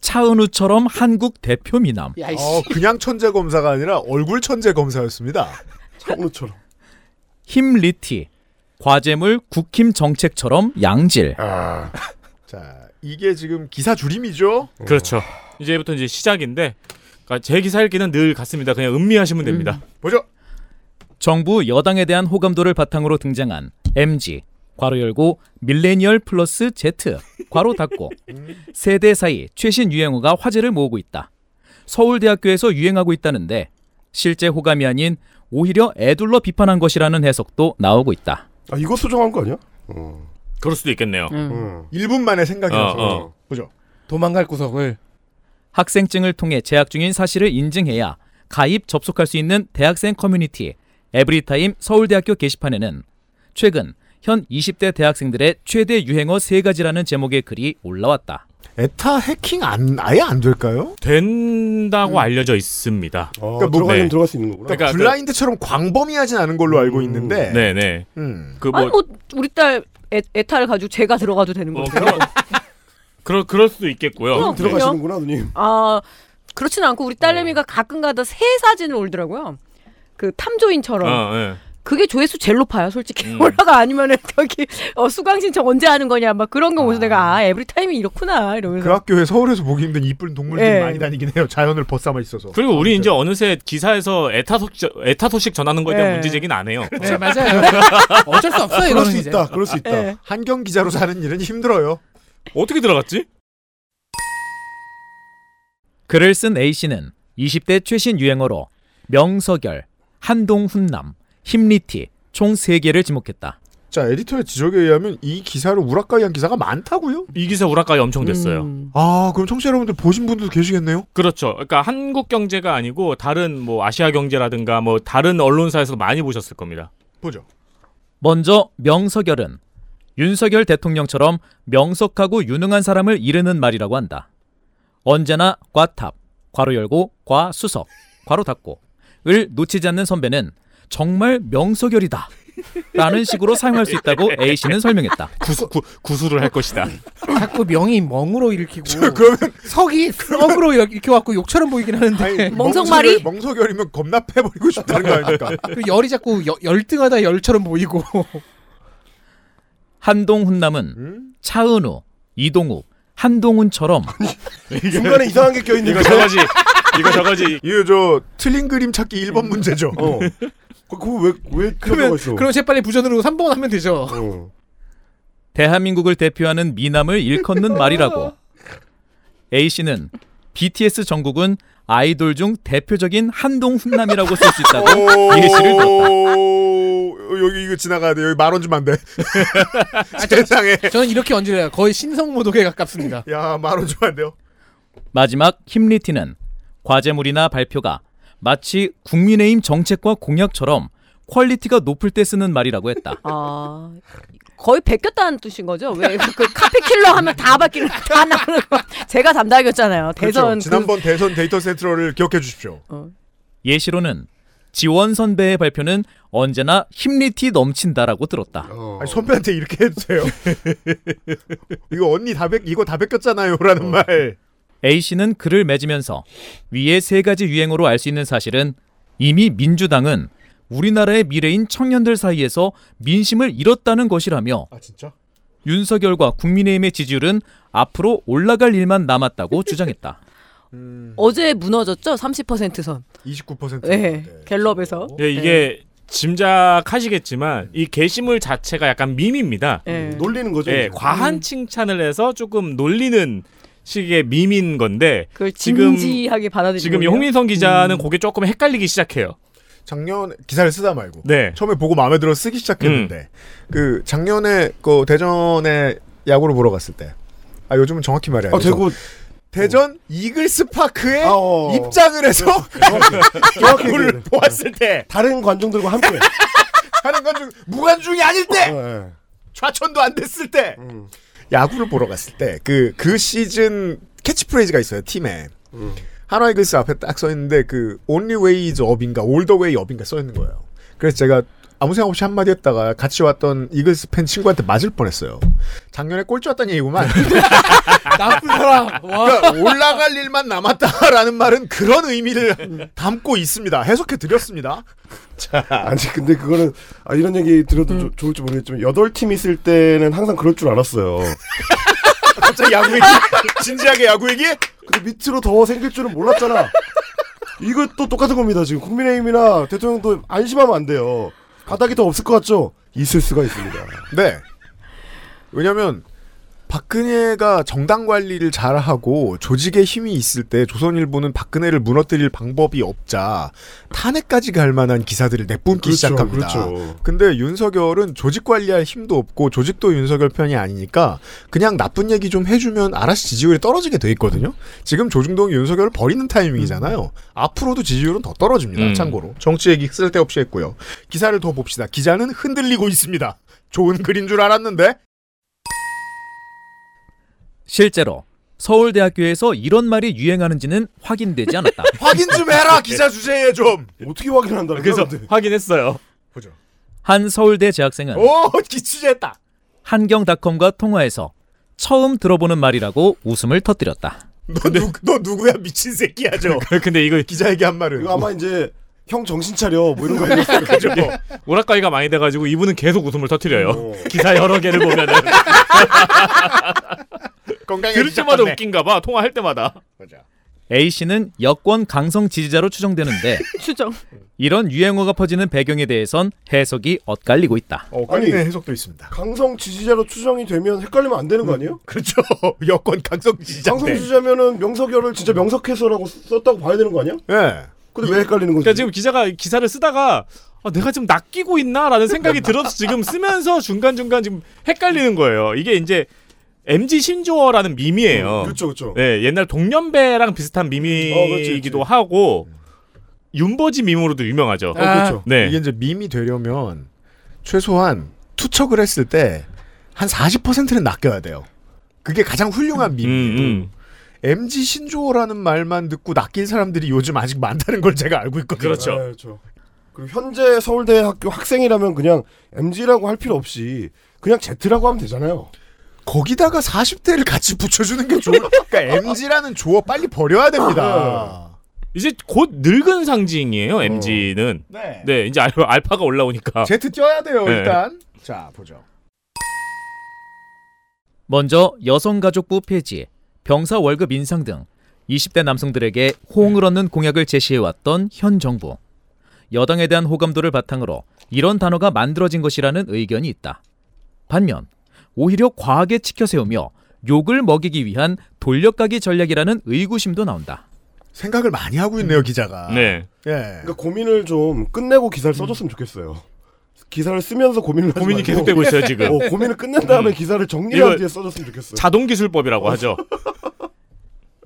Speaker 2: 차은우처럼 한국 대표 미남
Speaker 3: 어, 그냥 천재 검사가 아니라 얼굴 천재 검사였습니다.
Speaker 5: 차은우처럼.
Speaker 2: 힘리티 과제물 국힘 정책처럼 양질
Speaker 3: 자, 이게 지금 기사 줄임이죠?
Speaker 6: 그렇죠. 이제부터 이제 시작인데 그러니까 제 기사 읽기는 늘 같습니다. 그냥 음미하시면 됩니다.
Speaker 3: 보죠.
Speaker 2: 정부 여당에 대한 호감도를 바탕으로 등장한 MG 괄호 열고 밀레니얼 플러스 Z 괄호 닫고 세대 사이 최신 유행어가 화제를 모으고 있다. 서울대학교에서 유행하고 있다는데 실제 호감이 아닌 오히려 애둘러 비판한 것이라는 해석도 나오고 있다.
Speaker 5: 아 이거 수정한 거 아니야? 어.
Speaker 6: 그럴 수도 있겠네요.
Speaker 3: 음. 1분 만에 생각이
Speaker 6: 어,
Speaker 3: 나서.
Speaker 6: 어.
Speaker 3: 보죠.
Speaker 4: 도망갈 구석을
Speaker 2: 학생증을 통해 재학 중인 사실을 인증해야 가입 접속할 수 있는 대학생 커뮤니티 에브리타임 서울대학교 게시판에는 최근 현 20대 대학생들의 최대 유행어 세가지라는 제목의 글이 올라왔다.
Speaker 3: 에타 해킹 안 아예 안 될까요?
Speaker 6: 된다고 알려져 있습니다.
Speaker 3: 음. 그러니까 뭐- 들어가려면
Speaker 5: 들어갈 수 있는 거구나.
Speaker 6: 그러니까
Speaker 3: 블라인드처럼 광범위하진 않은 걸로 알고 있는데. 음,
Speaker 6: 네, 네. 그뭐
Speaker 7: 아니 뭐 우리 딸 애, 애타를 가지고 제가 들어가도 되는
Speaker 6: 뭐,
Speaker 7: 거예요.
Speaker 6: 그럴 그럴 수도 있겠고요.
Speaker 7: 그럼,
Speaker 6: 네.
Speaker 5: 들어가시는구나 누님.
Speaker 7: 아 그렇진 않고 우리 딸내미가 가끔가다 새 사진을 올더라고요. 그 탐조인처럼.
Speaker 6: 어, 음. 예.
Speaker 7: 그게 조회수 제일 높아요, 솔직히. 올라가 아니면은 저기 어, 수강 신청 언제 하는 거냐 막 그런 거 보면서 내가 아 에브리타임이 이렇구나 이러면서.
Speaker 3: 그 학교에 서울에서 보기 힘든 이쁜 동물들이
Speaker 7: 예.
Speaker 3: 많이 다니긴 해요. 자연을 벗삼아 있어서.
Speaker 6: 그리고 우리 이제 어느새 기사에서 에타 소식 에타 소식 전하는 거에 대한
Speaker 3: 네.
Speaker 6: 문제 제기는 안 해요.
Speaker 4: 네 맞아요. 어쩔 수 없어요.
Speaker 3: 그럴
Speaker 4: 이거는
Speaker 3: 수
Speaker 4: 이제.
Speaker 3: 있다. 그럴 수 있다.
Speaker 4: 예.
Speaker 3: 한경 기자로 사는 일은 힘들어요.
Speaker 6: 어떻게 들어갔지?
Speaker 2: 글을 쓴 A씨는 20대 최신 유행어로 명서결, 한동훈남, 힘리티 총 3개를 지목했다.
Speaker 3: 자 에디터의 지적에 의하면 이 기사를 우락가이한 기사가 많다고요?
Speaker 6: 이 기사 우락가이
Speaker 7: 음.
Speaker 6: 엄청 됐어요.
Speaker 3: 아 그럼 청취자 여러분들 보신 분들도 계시겠네요.
Speaker 6: 그렇죠. 그러니까 한국 경제가 아니고 다른 뭐 아시아 경제라든가 뭐 다른 언론사에서 많이 보셨을 겁니다.
Speaker 3: 보죠.
Speaker 2: 먼저 명서결은 윤석열 대통령처럼 명석하고 유능한 사람을 이르는 말이라고 한다. 언제나 과탑, 괄호 열고 과수석, 괄호 닫고 을 놓치지 않는 선배는 정말 명서결이다. 라는 식으로 사용할 수 있다고 A씨는 설명했다.
Speaker 6: 구수, 구수를 할 것이다.
Speaker 4: 자꾸 명이 멍으로 읽히고 석이 석으로 일- 읽혀갖고 욕처럼 보이긴 하는데
Speaker 3: 멍석열- 멍석열이면 겁나 패버리고 싶다는 거 아닙니까?
Speaker 4: 그리고 열이 자꾸 여- 열등하다 열처럼 보이고
Speaker 2: 한동훈남은 차은우, 이동욱, 한동훈처럼
Speaker 5: 중간에 이상한 게 껴있는
Speaker 6: 이거 저거지. 이거 저거지.
Speaker 3: 이거 저 틀린 그림 찾기 1번 문제죠. 그,
Speaker 5: 어. 그왜왜
Speaker 4: 그러면
Speaker 5: 들어가 있어?
Speaker 4: 그럼 재빨리 부전으로 3번 하면 되죠.
Speaker 5: 어.
Speaker 2: 대한민국을 대표하는 미남을 일컫는 말이라고. A씨는 BTS 전국은 아이돌 중 대표적인 한동훈남이라고 쓸 수 있다고 예시를 들었다.
Speaker 3: 오, 여기 이거 지나가야 돼. 여기 말원 주면 안 돼. 세상에.
Speaker 4: 저는 이렇게 언제나 거의 신성모독에 가깝습니다.
Speaker 3: 야 말원 주면 안 돼요.
Speaker 2: 마지막 힘리티는 과제물이나 발표가 마치 국민의힘 정책과 공약처럼 퀄리티가 높을 때 쓰는 말이라고 했다.
Speaker 7: 아 거의 베꼈다는 뜻인 거죠. 왜 그 카피킬러 하면 다 바뀌는 다 나오는 거. 제가 담당이었잖아요. 대선
Speaker 3: 그렇죠. 지난번 대선 데이터 센트럴을 기억해 주십시오.
Speaker 2: 예시로는 지원 선배의 발표는 언제나 힘리티 넘친다라고 들었다.
Speaker 3: 아니, 선배한테 이렇게 해도 돼요. 이거 언니 다 뺏, 이거 다 뺏겼잖아요라는 말.
Speaker 2: A씨는 글을 맺으면서 위의 세 가지 유행어로 알 수 있는 사실은 이미 민주당은 우리나라의 미래인 청년들 사이에서 민심을 잃었다는 것이라며
Speaker 3: 아 진짜?
Speaker 2: 윤석열과 국민의힘의 지지율은 앞으로 올라갈 일만 남았다고 주장했다.
Speaker 7: 어제 무너졌죠. 30% 선.
Speaker 3: 29%.
Speaker 7: 네, 갤럽에서.
Speaker 6: 예, 이게 짐작하시겠지만 이 게시물 자체가 약간 밈입니다.
Speaker 3: 네.
Speaker 7: 예.
Speaker 5: 놀리는 거죠.
Speaker 6: 예,
Speaker 5: 이제.
Speaker 6: 과한 칭찬을 해서 조금 놀리는 식의 밈인 건데
Speaker 7: 그걸
Speaker 6: 지금-
Speaker 7: 진지하게 뭐 받아들이는
Speaker 6: 지금 이
Speaker 7: 거예요?
Speaker 6: 홍민성 기자는 그게 조금 헷갈리기 시작해요.
Speaker 3: 작년 기사를 쓰다 말고
Speaker 6: 네.
Speaker 3: 처음에 보고 마음에 들어 쓰기 시작했는데
Speaker 5: 음.
Speaker 3: 그 작년에 그 대전에 야구를 보러 갔을 때. 아 요즘은 정확히 말해야
Speaker 5: 아
Speaker 3: 돼요.
Speaker 5: 대구
Speaker 3: 대전 이글스 파크에
Speaker 5: 아, 어.
Speaker 3: 입장을 해서
Speaker 5: 정확히- 정확히
Speaker 3: 야구를
Speaker 5: 얘기해.
Speaker 3: 보았을 때
Speaker 5: 다른 관중들과 함께.
Speaker 3: 하는 건중 무관중이 아닐 때
Speaker 5: 어, 예.
Speaker 3: 좌천도 안 됐을 때
Speaker 5: 음.
Speaker 3: 야구를 보러 갔을 때 그 그 시즌 캐치프레이즈가 있어요 팀에 한화이글스 앞에 딱 써 있는데 그 Only Way is Up인가 All the Way Up인가 써 있는 거예요. 그래서 제가 아무 생각 없이 한마디 했다가 같이 왔던 이글스 팬 친구한테 맞을 뻔했어요. 작년에 꼴찌 왔다는 얘기구만.
Speaker 4: 나쁜 사람.
Speaker 3: 그러니까 올라갈 일만 남았다라는 말은 그런 의미를 담고 있습니다. 해석해 드렸습니다.
Speaker 5: 자. 아니 근데 그거는 아, 이런 얘기 들어도
Speaker 6: 음.
Speaker 5: 조- 좋을지 모르겠지만 여덟 팀 있을 때는 항상 그럴 줄 알았어요.
Speaker 3: 갑자기 야구 얘기? 진지하게 야구 얘기?
Speaker 5: 근데 밑으로 더 생길 줄은 몰랐잖아. 이것도 똑같은 겁니다. 지금 국민의힘이나 대통령도 안심하면 안 돼요. 바닥이 더 없을 것 같죠? 있을 수가 있습니다.
Speaker 3: 네. 왜냐면 박근혜가 정당 관리를 잘하고 조직에 힘이 있을 때 조선일보는 박근혜를 무너뜨릴 방법이 없자 탄핵까지 갈 만한 기사들을 내뿜기
Speaker 5: 그렇죠,
Speaker 3: 시작합니다.
Speaker 5: 그렇죠.
Speaker 3: 근데 윤석열은 조직 관리할 힘도 없고 조직도 윤석열 편이 아니니까 그냥 나쁜 얘기 좀 해주면 알아서 지지율이 떨어지게 돼 있거든요. 지금 조중동이 윤석열을 버리는 타이밍이잖아요. 앞으로도 지지율은 더 떨어집니다.
Speaker 5: 음.
Speaker 3: 참고로 정치 얘기 쓸데없이 했고요. 기사를 더 봅시다. 기자는 흔들리고 있습니다. 좋은 글인 줄 알았는데
Speaker 2: 실제로 서울대학교에서 이런 말이 유행하는지는 확인되지 않았다.
Speaker 3: 확인 좀 해라 기자 주제에 좀
Speaker 5: 어떻게 확인한다는
Speaker 2: 그래서
Speaker 6: 확인했어요.
Speaker 3: 보죠.
Speaker 2: 한 서울대 재학생은
Speaker 3: 오 기치제다.
Speaker 2: 한경닷컴과 통화해서 처음 들어보는 말이라고 웃음을 터뜨렸다.
Speaker 3: 너, 누, 너 누구야 미친 새끼야죠.
Speaker 6: 그, 근데 이거
Speaker 3: 기자에게 한 말은
Speaker 5: 이거 아마 이제 형 정신 차려 뭐 이런 거
Speaker 6: 그죠. 오락가위가 많이 돼가지고 이분은 계속 웃음을 터뜨려요. 기사 여러 개를 보면은 들을 때마다 웃긴가봐 통화할 때마다.
Speaker 2: A 씨는 여권 강성 지지자로 추정되는데
Speaker 7: 추정.
Speaker 2: 이런 유행어가 퍼지는 배경에 대해선 해석이 엇갈리고 있다.
Speaker 3: 관리의 어, 해석도 있습니다.
Speaker 5: 강성 지지자로 추정이 되면 헷갈리면 안 되는 거
Speaker 6: 음,
Speaker 5: 아니에요?
Speaker 3: 그렇죠. 여권 강성
Speaker 6: 네.
Speaker 3: 지지자.
Speaker 5: 강성 지지자면은 명석열을 진짜 명석해서라고 썼다고 봐야 되는 거 아니야?
Speaker 3: 예.
Speaker 5: 근데 왜 헷갈리는 거지?
Speaker 6: 그러니까 지금 기자가 기사를 쓰다가 아, 내가 지금 낚이고 있나라는 생각이 들어서 지금 쓰면서 중간 중간 지금 헷갈리는 거예요. 이게 이제 MG 신조어라는 밈이에요.
Speaker 5: 음, 그렇죠, 그렇죠.
Speaker 6: 예, 옛날 동년배랑 비슷한 밈이기도
Speaker 5: 어, 그렇지, 그렇지.
Speaker 6: 하고 윤버지 밈으로도 유명하죠.
Speaker 5: 아,
Speaker 3: 어, 그렇죠.
Speaker 6: 네.
Speaker 3: 이게 이제 밈이 되려면 최소한 투척을 했을 때 한 40%는 낚여야 돼요. 그게 가장 훌륭한
Speaker 6: 음,
Speaker 3: 밈이에요.
Speaker 5: 음.
Speaker 3: MG 신조어라는 말만 듣고 낚인 사람들이 요즘 아직 많다는 걸 제가 알고 있거든요.
Speaker 5: 아, 그렇죠. 그리고 현재 서울대 학교 학생이라면 그냥 MG라고 할 필요 없이 그냥 Z라고 하면 되잖아요.
Speaker 3: 거기다가 40대를 같이 붙여주는 게 좋을. 그러니까 MG라는 조어 빨리 버려야 됩니다.
Speaker 6: 이제 곧 늙은
Speaker 5: 어.
Speaker 6: 상징이에요. MG는.
Speaker 3: 네.
Speaker 6: 이제 알, 알파가 올라오니까.
Speaker 3: 제트 쪄야 돼요
Speaker 6: 네.
Speaker 3: 일단. 자 보죠.
Speaker 2: 먼저 여성가족부 폐지, 병사 월급 인상 등 20대 남성들에게 호응을 얻는 공약을 제시해왔던 현 정부. 여당에 대한 호감도를 바탕으로 이런 단어가 만들어진 것이라는 의견이 있다. 반면 오히려 과하게 치켜세우며 욕을 먹이기 위한 돌려가기 전략이라는 의구심도 나온다.
Speaker 3: 생각을 많이 하고 있네요 기자가.
Speaker 6: 네.
Speaker 3: 예.
Speaker 5: 그러니까 고민을 좀 끝내고 기사를 써줬으면 좋겠어요. 기사를 쓰면서 고민을 하지
Speaker 6: 고민이
Speaker 5: 말고.
Speaker 6: 계속되고 있어요, 지금.
Speaker 5: 어, 고민을 끝낸 다음에
Speaker 6: 음.
Speaker 5: 기사를
Speaker 6: 이거
Speaker 5: 정리한 뒤에 써줬으면 좋겠어요.
Speaker 6: 자동기술법이라고 하죠.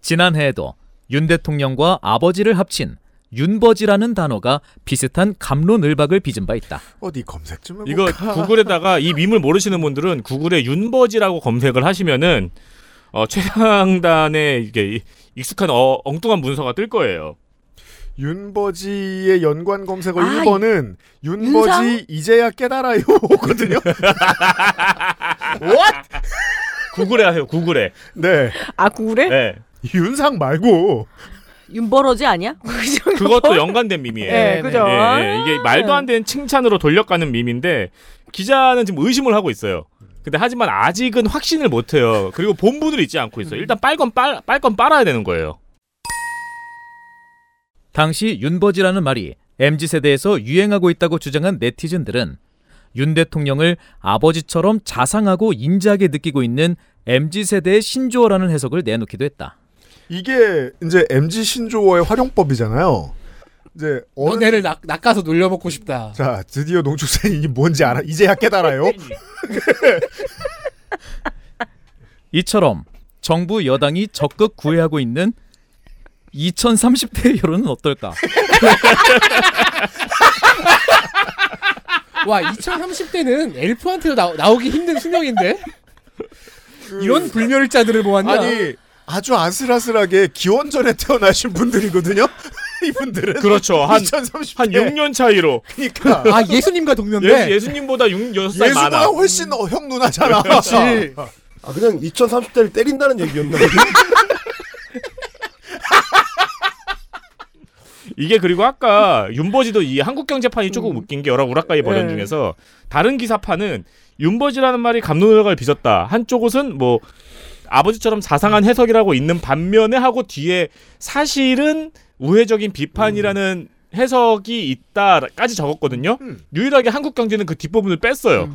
Speaker 2: 지난해에도 윤 대통령과 아버지를 합친 윤버지라는 단어가 비슷한 감론을박을 빚은 바 있다.
Speaker 3: 어디 검색 좀
Speaker 6: 이거
Speaker 5: 뭐
Speaker 3: 해볼까?
Speaker 6: 구글에다가 이 밈을 모르시는 분들은 구글에 윤버지라고 검색을 하시면은 어, 최상단에 이게 이- 익숙한 어, 엉뚱한 문서가 뜰 거예요.
Speaker 3: 윤버지의 연관 검색어
Speaker 7: 아,
Speaker 3: 1번은
Speaker 7: 윤상?
Speaker 3: 윤버지 이제야 깨달아요 거든요.
Speaker 6: 구글에 하세요. 구글에.
Speaker 3: 네.
Speaker 7: 아 구글에
Speaker 6: 네.
Speaker 3: 윤상 말고
Speaker 7: 윤버러지 아니야?
Speaker 6: 그것도 연관된 밈이에요.
Speaker 7: 예, 어? 그죠.
Speaker 6: 예, 예. 이게 말도 안 되는 칭찬으로 돌려가는 밈인데 기자는 지금 의심을 하고 있어요. 근데 하지만 아직은 확신을 못 해요. 그리고 본분을 잊지 않고 있어요. 일단 빨건 빨, 빨건 빨아야 되는 거예요.
Speaker 2: 당시 윤버지라는 말이 MZ세대에서 유행하고 있다고 주장한 네티즌들은 윤 대통령을 아버지처럼 자상하고 인자하게 느끼고 있는 MZ세대의 신조어라는 해석을 내놓기도 했다.
Speaker 3: 이게 이제 MG 신조어의 활용법이잖아요. 이제 어느
Speaker 4: 너네를 낚, 낚아서 놀려먹고 싶다.
Speaker 3: 자 드디어 농축산인이 뭔지 알아 이제야 깨달아요.
Speaker 2: 이처럼 정부 여당이 적극 구애하고 있는 2030대 여론은 어떨까?
Speaker 4: 와 2030대는 엘프한테도 나, 나오기 힘든 수명인데 이런 불멸자들을 보았냐?
Speaker 3: 아니 아주 아슬아슬하게 기원전에 태어나신 분들이거든요. 이분들은
Speaker 6: 그렇죠. 한-
Speaker 3: 2030대.
Speaker 6: 한 6년 차이로.
Speaker 3: 그러니까
Speaker 4: 아 예수님과 동년배.
Speaker 6: 예, 예수님보다 6, 6살
Speaker 3: 예수보다
Speaker 6: 많아.
Speaker 3: 훨씬 어, 형 누나잖아.
Speaker 4: 그렇지.
Speaker 5: 아 그냥 2030대를 때린다는 얘기였나 보네.
Speaker 6: 이게 그리고 아까 윤버지도 이 한국 경제판이 조금 웃긴 게 여러 우라카이 버전
Speaker 7: 네.
Speaker 6: 중에서 다른 기사판은 윤버지라는 말이 감론을박을 빚었다. 한쪽 옷은 뭐 아버지처럼 자상한 해석이라고 있는 반면에 하고 뒤에 사실은 우회적인 비판이라는 해석이 있다까지 적었거든요.
Speaker 3: 음.
Speaker 6: 유일하게 한국 경제는 그 뒷부분을 뺐어요.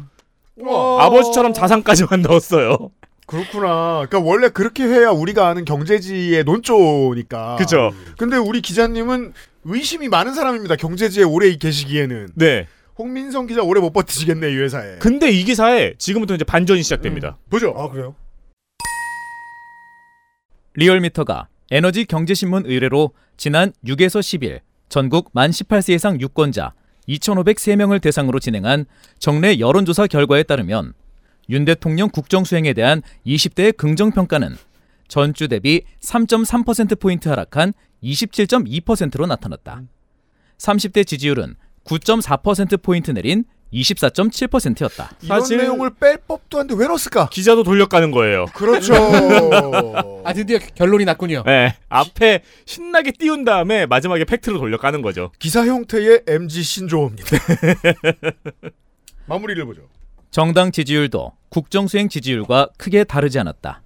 Speaker 4: 우와.
Speaker 6: 아버지처럼 자상까지만 넣었어요.
Speaker 3: 그렇구나. 그러니까 원래 그렇게 해야 우리가 아는 경제지의 논조니까.
Speaker 6: 그죠?
Speaker 3: 근데 우리 기자님은 의심이 많은 사람입니다. 경제지에 오래 계시기에는
Speaker 6: 네.
Speaker 3: 홍민성 기자 오래 못 버티시겠네 이 회사에.
Speaker 6: 근데 이 기사에 지금부터 이제 반전이 시작됩니다.
Speaker 3: 보죠.
Speaker 5: 아 그래요?
Speaker 2: 리얼미터가 에너지 경제신문 의뢰로 지난 6에서 10일 전국 만 18세 이상 유권자 2,503명을 대상으로 진행한 정례 여론조사 결과에 따르면 윤 대통령 국정 수행에 대한 20대의 긍정 평가는 전주 대비 3.3% 포인트 하락한 27.2%로 나타났다. 30대 지지율은 9.4% 포인트 내린 24.7%였다.
Speaker 3: 이런
Speaker 6: 사실-
Speaker 3: 내용을 뺄 법도 한데 왜 넣었을까?
Speaker 6: 기자도 돌려가는 거예요.
Speaker 3: 그렇죠.
Speaker 4: 아 드디어 결론이 났군요.
Speaker 6: 네, 앞에 신나게 띄운 다음에 마지막에 팩트로 돌려 까는 거죠.
Speaker 3: 기사 형태의 MG 신조어입니다. 마무리를 보죠.
Speaker 2: 정당 지지율도 국정수행 지지율과 크게 다르지 않았다.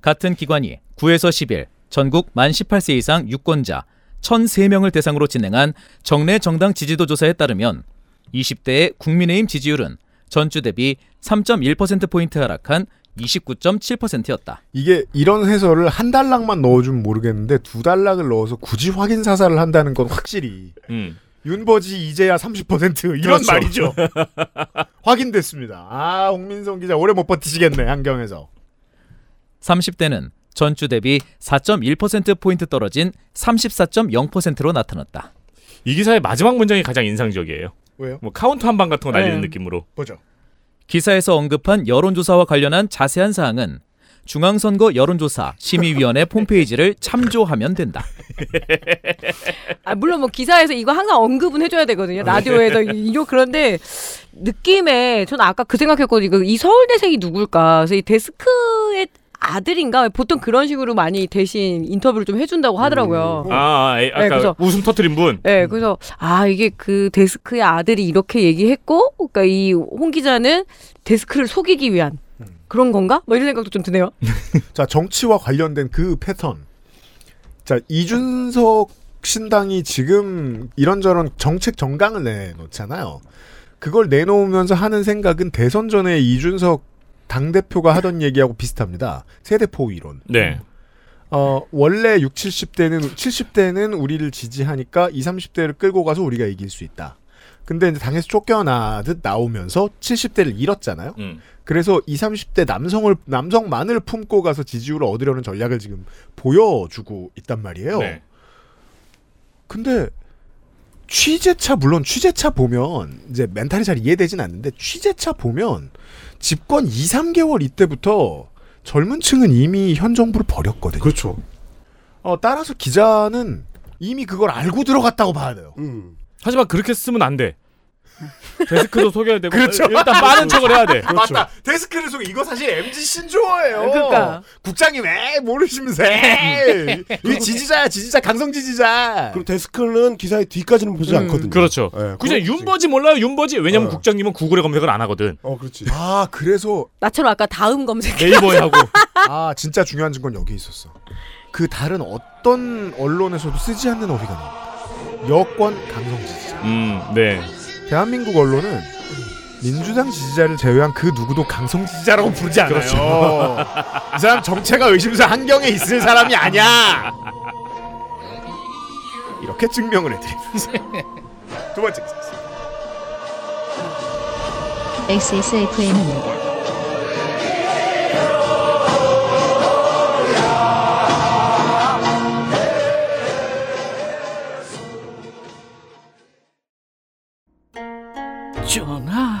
Speaker 2: 같은 기관이 9에서 10일 전국 만 18세 이상 유권자 1,003명을 대상으로 진행한 정례 정당 지지도 조사에 따르면 20대의 국민의힘 지지율은 전주 대비 3.1%포인트 하락한 29.7%였다.
Speaker 3: 이게 이런 해설을 한 달락만 넣어주면 모르겠는데 두 달락을 넣어서 굳이 확인 사살을 한다는 건 확실히
Speaker 6: 음.
Speaker 3: 윤버지 이제야 30% 이런
Speaker 6: 그렇죠.
Speaker 3: 말이죠. 확인됐습니다. 아 홍민성 기자 오래 못 버티시겠네 안경에서.
Speaker 2: 30대는 전주 대비 4.1%포인트 떨어진 34.0%로 나타났다.
Speaker 6: 이 기사의 마지막 문장이 가장 인상적이에요.
Speaker 3: 왜요?
Speaker 6: 뭐 카운트 한 방 같은 거 날리는
Speaker 7: 네.
Speaker 6: 느낌으로.
Speaker 3: 보죠.
Speaker 2: 기사에서 언급한 여론조사와 관련한 자세한 사항은 중앙선거 여론조사 심의위원회 홈페이지를 참조하면 된다.
Speaker 7: 아, 물론 뭐 기사에서 이거 항상 언급은 해줘야 되거든요. 라디오에서 이거 그런데 느낌에 저는 아까 그 생각했거든요. 이거 이 서울대생이 누굴까? 그래서 이 데스크의 아들인가? 보통 그런 식으로 많이 대신 인터뷰를 좀 해준다고 하더라고요.
Speaker 6: 아, 아, 에, 아까
Speaker 7: 네, 그래서-
Speaker 6: 웃음 터트린 분.
Speaker 7: 네, 그래서 아 이게 그 데스크의 아들이 이렇게 얘기했고, 그러니까 이 홍 기자는 데스크를 속이기 위한 그런 건가? 뭐 이런 생각도 좀 드네요.
Speaker 3: 자 정치와 관련된 그 패턴. 자 이준석 신당이 지금 이런저런 정책 정강을 내놓잖아요. 그걸 내놓으면서 하는 생각은 대선 전에 이준석 당 대표가 하던 얘기하고 비슷합니다. 세대포 이론.
Speaker 6: 네.
Speaker 3: 어 원래 6, 70대는 70대는 우리를 지지하니까 2, 30대를 끌고 가서 우리가 이길 수 있다. 근데 이제 당에서 쫓겨나듯 나오면서 70대를 잃었잖아요.
Speaker 6: 음.
Speaker 3: 그래서 20, 30대 남성을 남성만을 품고 가서 지지율을 얻으려는 전략을 지금 보여주고 있단 말이에요.
Speaker 6: 네.
Speaker 3: 근데 취재차 물론 취재차 보면 이제 멘탈이 잘 이해되진 않는데 취재차 보면 집권 2, 3개월 이때부터 젊은 층은 이미 현 정부를 버렸거든요.
Speaker 5: 그렇죠.
Speaker 3: 어, 따라서 기자는 이미 그걸 알고 들어갔다고 봐야 돼요.
Speaker 5: 음.
Speaker 6: 하지만 그렇게 쓰면 안 돼. 데스크도 속여야 되고 일- 일단 빠른 척을 해야 돼.
Speaker 3: 아, 맞다. 데스크를 속에 이거 사실 MG 신조어예요.
Speaker 7: 그렇죠. 그러니까. 네.
Speaker 3: 국장님 에 모르시면서 에이, 이 지지자야 지지자 강성 지지자.
Speaker 5: 그리고 데스크는 기사의 뒤까지는 보지 않거든요.
Speaker 6: 그렇죠.
Speaker 5: 예,
Speaker 6: 그냥
Speaker 5: 그렇지.
Speaker 6: 윤버지 몰라요, 윤버지. 왜냐면
Speaker 5: 어.
Speaker 6: 국장님은 구글에 검색을 안 하거든.
Speaker 5: 어 그렇지.
Speaker 3: 아 그래서
Speaker 7: 나처럼 아까 다음 검색.
Speaker 6: 네이버에 하고.
Speaker 3: 아 진짜 중요한 증거는 여기 있었어. 그 다른 어떤 언론에서도 쓰지 않는 어휘가 나옵니다. 여권 강성 지지자.
Speaker 6: 음, 네.
Speaker 3: 대한민국 언론은 민주당 지지자를 제외한 그 누구도 강성 지지자라고 부르지 않아요.
Speaker 5: 그렇죠.
Speaker 3: 이 사람 정체가 의심사 한경에 있을 사람이 아니야. 이렇게 증명을 해드립니다. 두 번째 기사.
Speaker 9: XSFM입니다.
Speaker 12: 전하,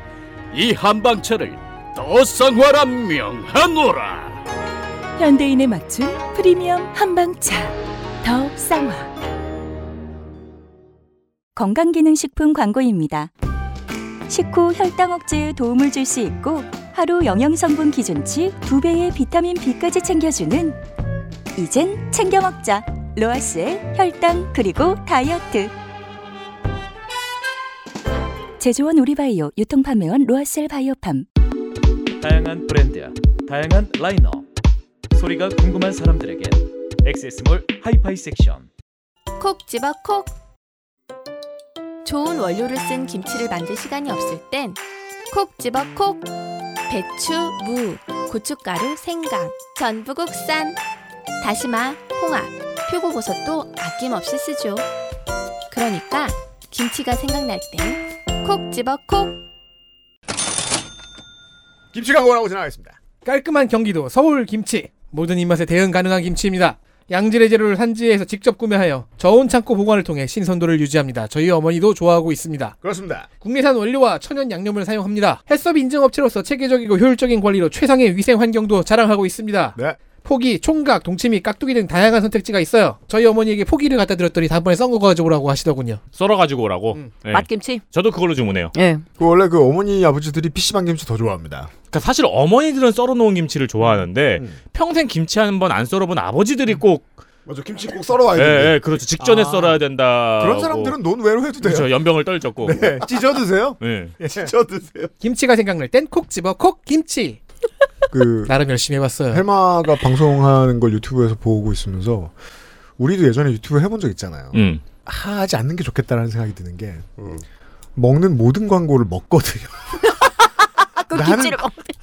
Speaker 13: 이 한방차를 더쌍화라 명하노라.
Speaker 11: 현대인에 맞춘 프리미엄 한방차 더 쌍화 건강기능식품 광고입니다. 식후 혈당 억제에 도움을 줄 수 있고 하루 영양성분 기준치 두배의 비타민 B까지 챙겨주는 이젠 챙겨 먹자 로아스의 혈당 그리고 다이어트 제조원 우리바이오 유통판매원 로아셀 바이오팜
Speaker 2: 다양한 브랜드, 다양한 라인업. 소리가 궁금한 사람들에겐 엑세스몰 하이파이 섹션.
Speaker 10: 콕 집어 콕 좋은 원료를 쓴 김치를 만들 시간이 없을 땐 콕 집어 콕 배추, 무, 고춧가루, 생강, 전부 국산 다시마, 홍합, 표고버섯도 아낌없이 쓰죠 그러니까 김치가 생각날 땐 콕 집어 콕
Speaker 3: 김치 광고라고 지나가겠습니다.
Speaker 4: 깔끔한 경기도 서울 김치 모든 입맛에 대응 가능한 김치입니다. 양질의 재료를 산지에서 직접 구매하여 저온 창고 보관을 통해 신선도를 유지합니다. 저희 어머니도 좋아하고 있습니다.
Speaker 3: 그렇습니다.
Speaker 4: 국내산 원료와 천연 양념을 사용합니다. 햇섭 인증 업체로서 체계적이고 효율적인 관리로 최상의 위생 환경도 자랑하고 있습니다. 포기, 총각, 동치미, 깍두기 등 다양한 선택지가 있어요. 저희 어머니에게 포기를 갖다 드렸더니 다음번에 썬거 가져오라고 하시더군요.
Speaker 6: 썰어 가지고 오라고. 예.
Speaker 7: 맛김치?
Speaker 6: 저도 그걸로 주문해요.
Speaker 7: 예.
Speaker 3: 그 원래 그 어머니 아버지들이 PC방 김치 더 좋아합니다.
Speaker 6: 그러니까 사실 어머니들은 썰어놓은 김치를 좋아하는데
Speaker 5: 음.
Speaker 6: 평생 김치 한 번 안 썰어본 아버지들이 꼭
Speaker 5: 맞아 김치 꼭 썰어와야 아, 뭐.
Speaker 6: 예,
Speaker 5: 돼.
Speaker 6: 예, 그렇죠. 직전에
Speaker 5: 아.
Speaker 6: 썰어야 된다.
Speaker 5: 그런 사람들은 논외로 해도 돼요.
Speaker 6: 그렇죠. 연병을 떨쳤고.
Speaker 5: 네,
Speaker 3: 찢어 드세요.
Speaker 6: 예.
Speaker 5: 찢어 드세요.
Speaker 4: 김치가 생각날 땐 콕 집어 콕 김치.
Speaker 3: 그
Speaker 5: 아.
Speaker 4: 나름 열심히 해봤어요.
Speaker 3: 헬마가 방송하는 걸 유튜브에서 보고 있으면서 우리도 예전에 유튜브 해본 적 있잖아요.
Speaker 6: 음.
Speaker 3: 하지 않는 게 좋겠다라는 생각이 드는 게 먹는 모든 광고를 먹거든요. 나는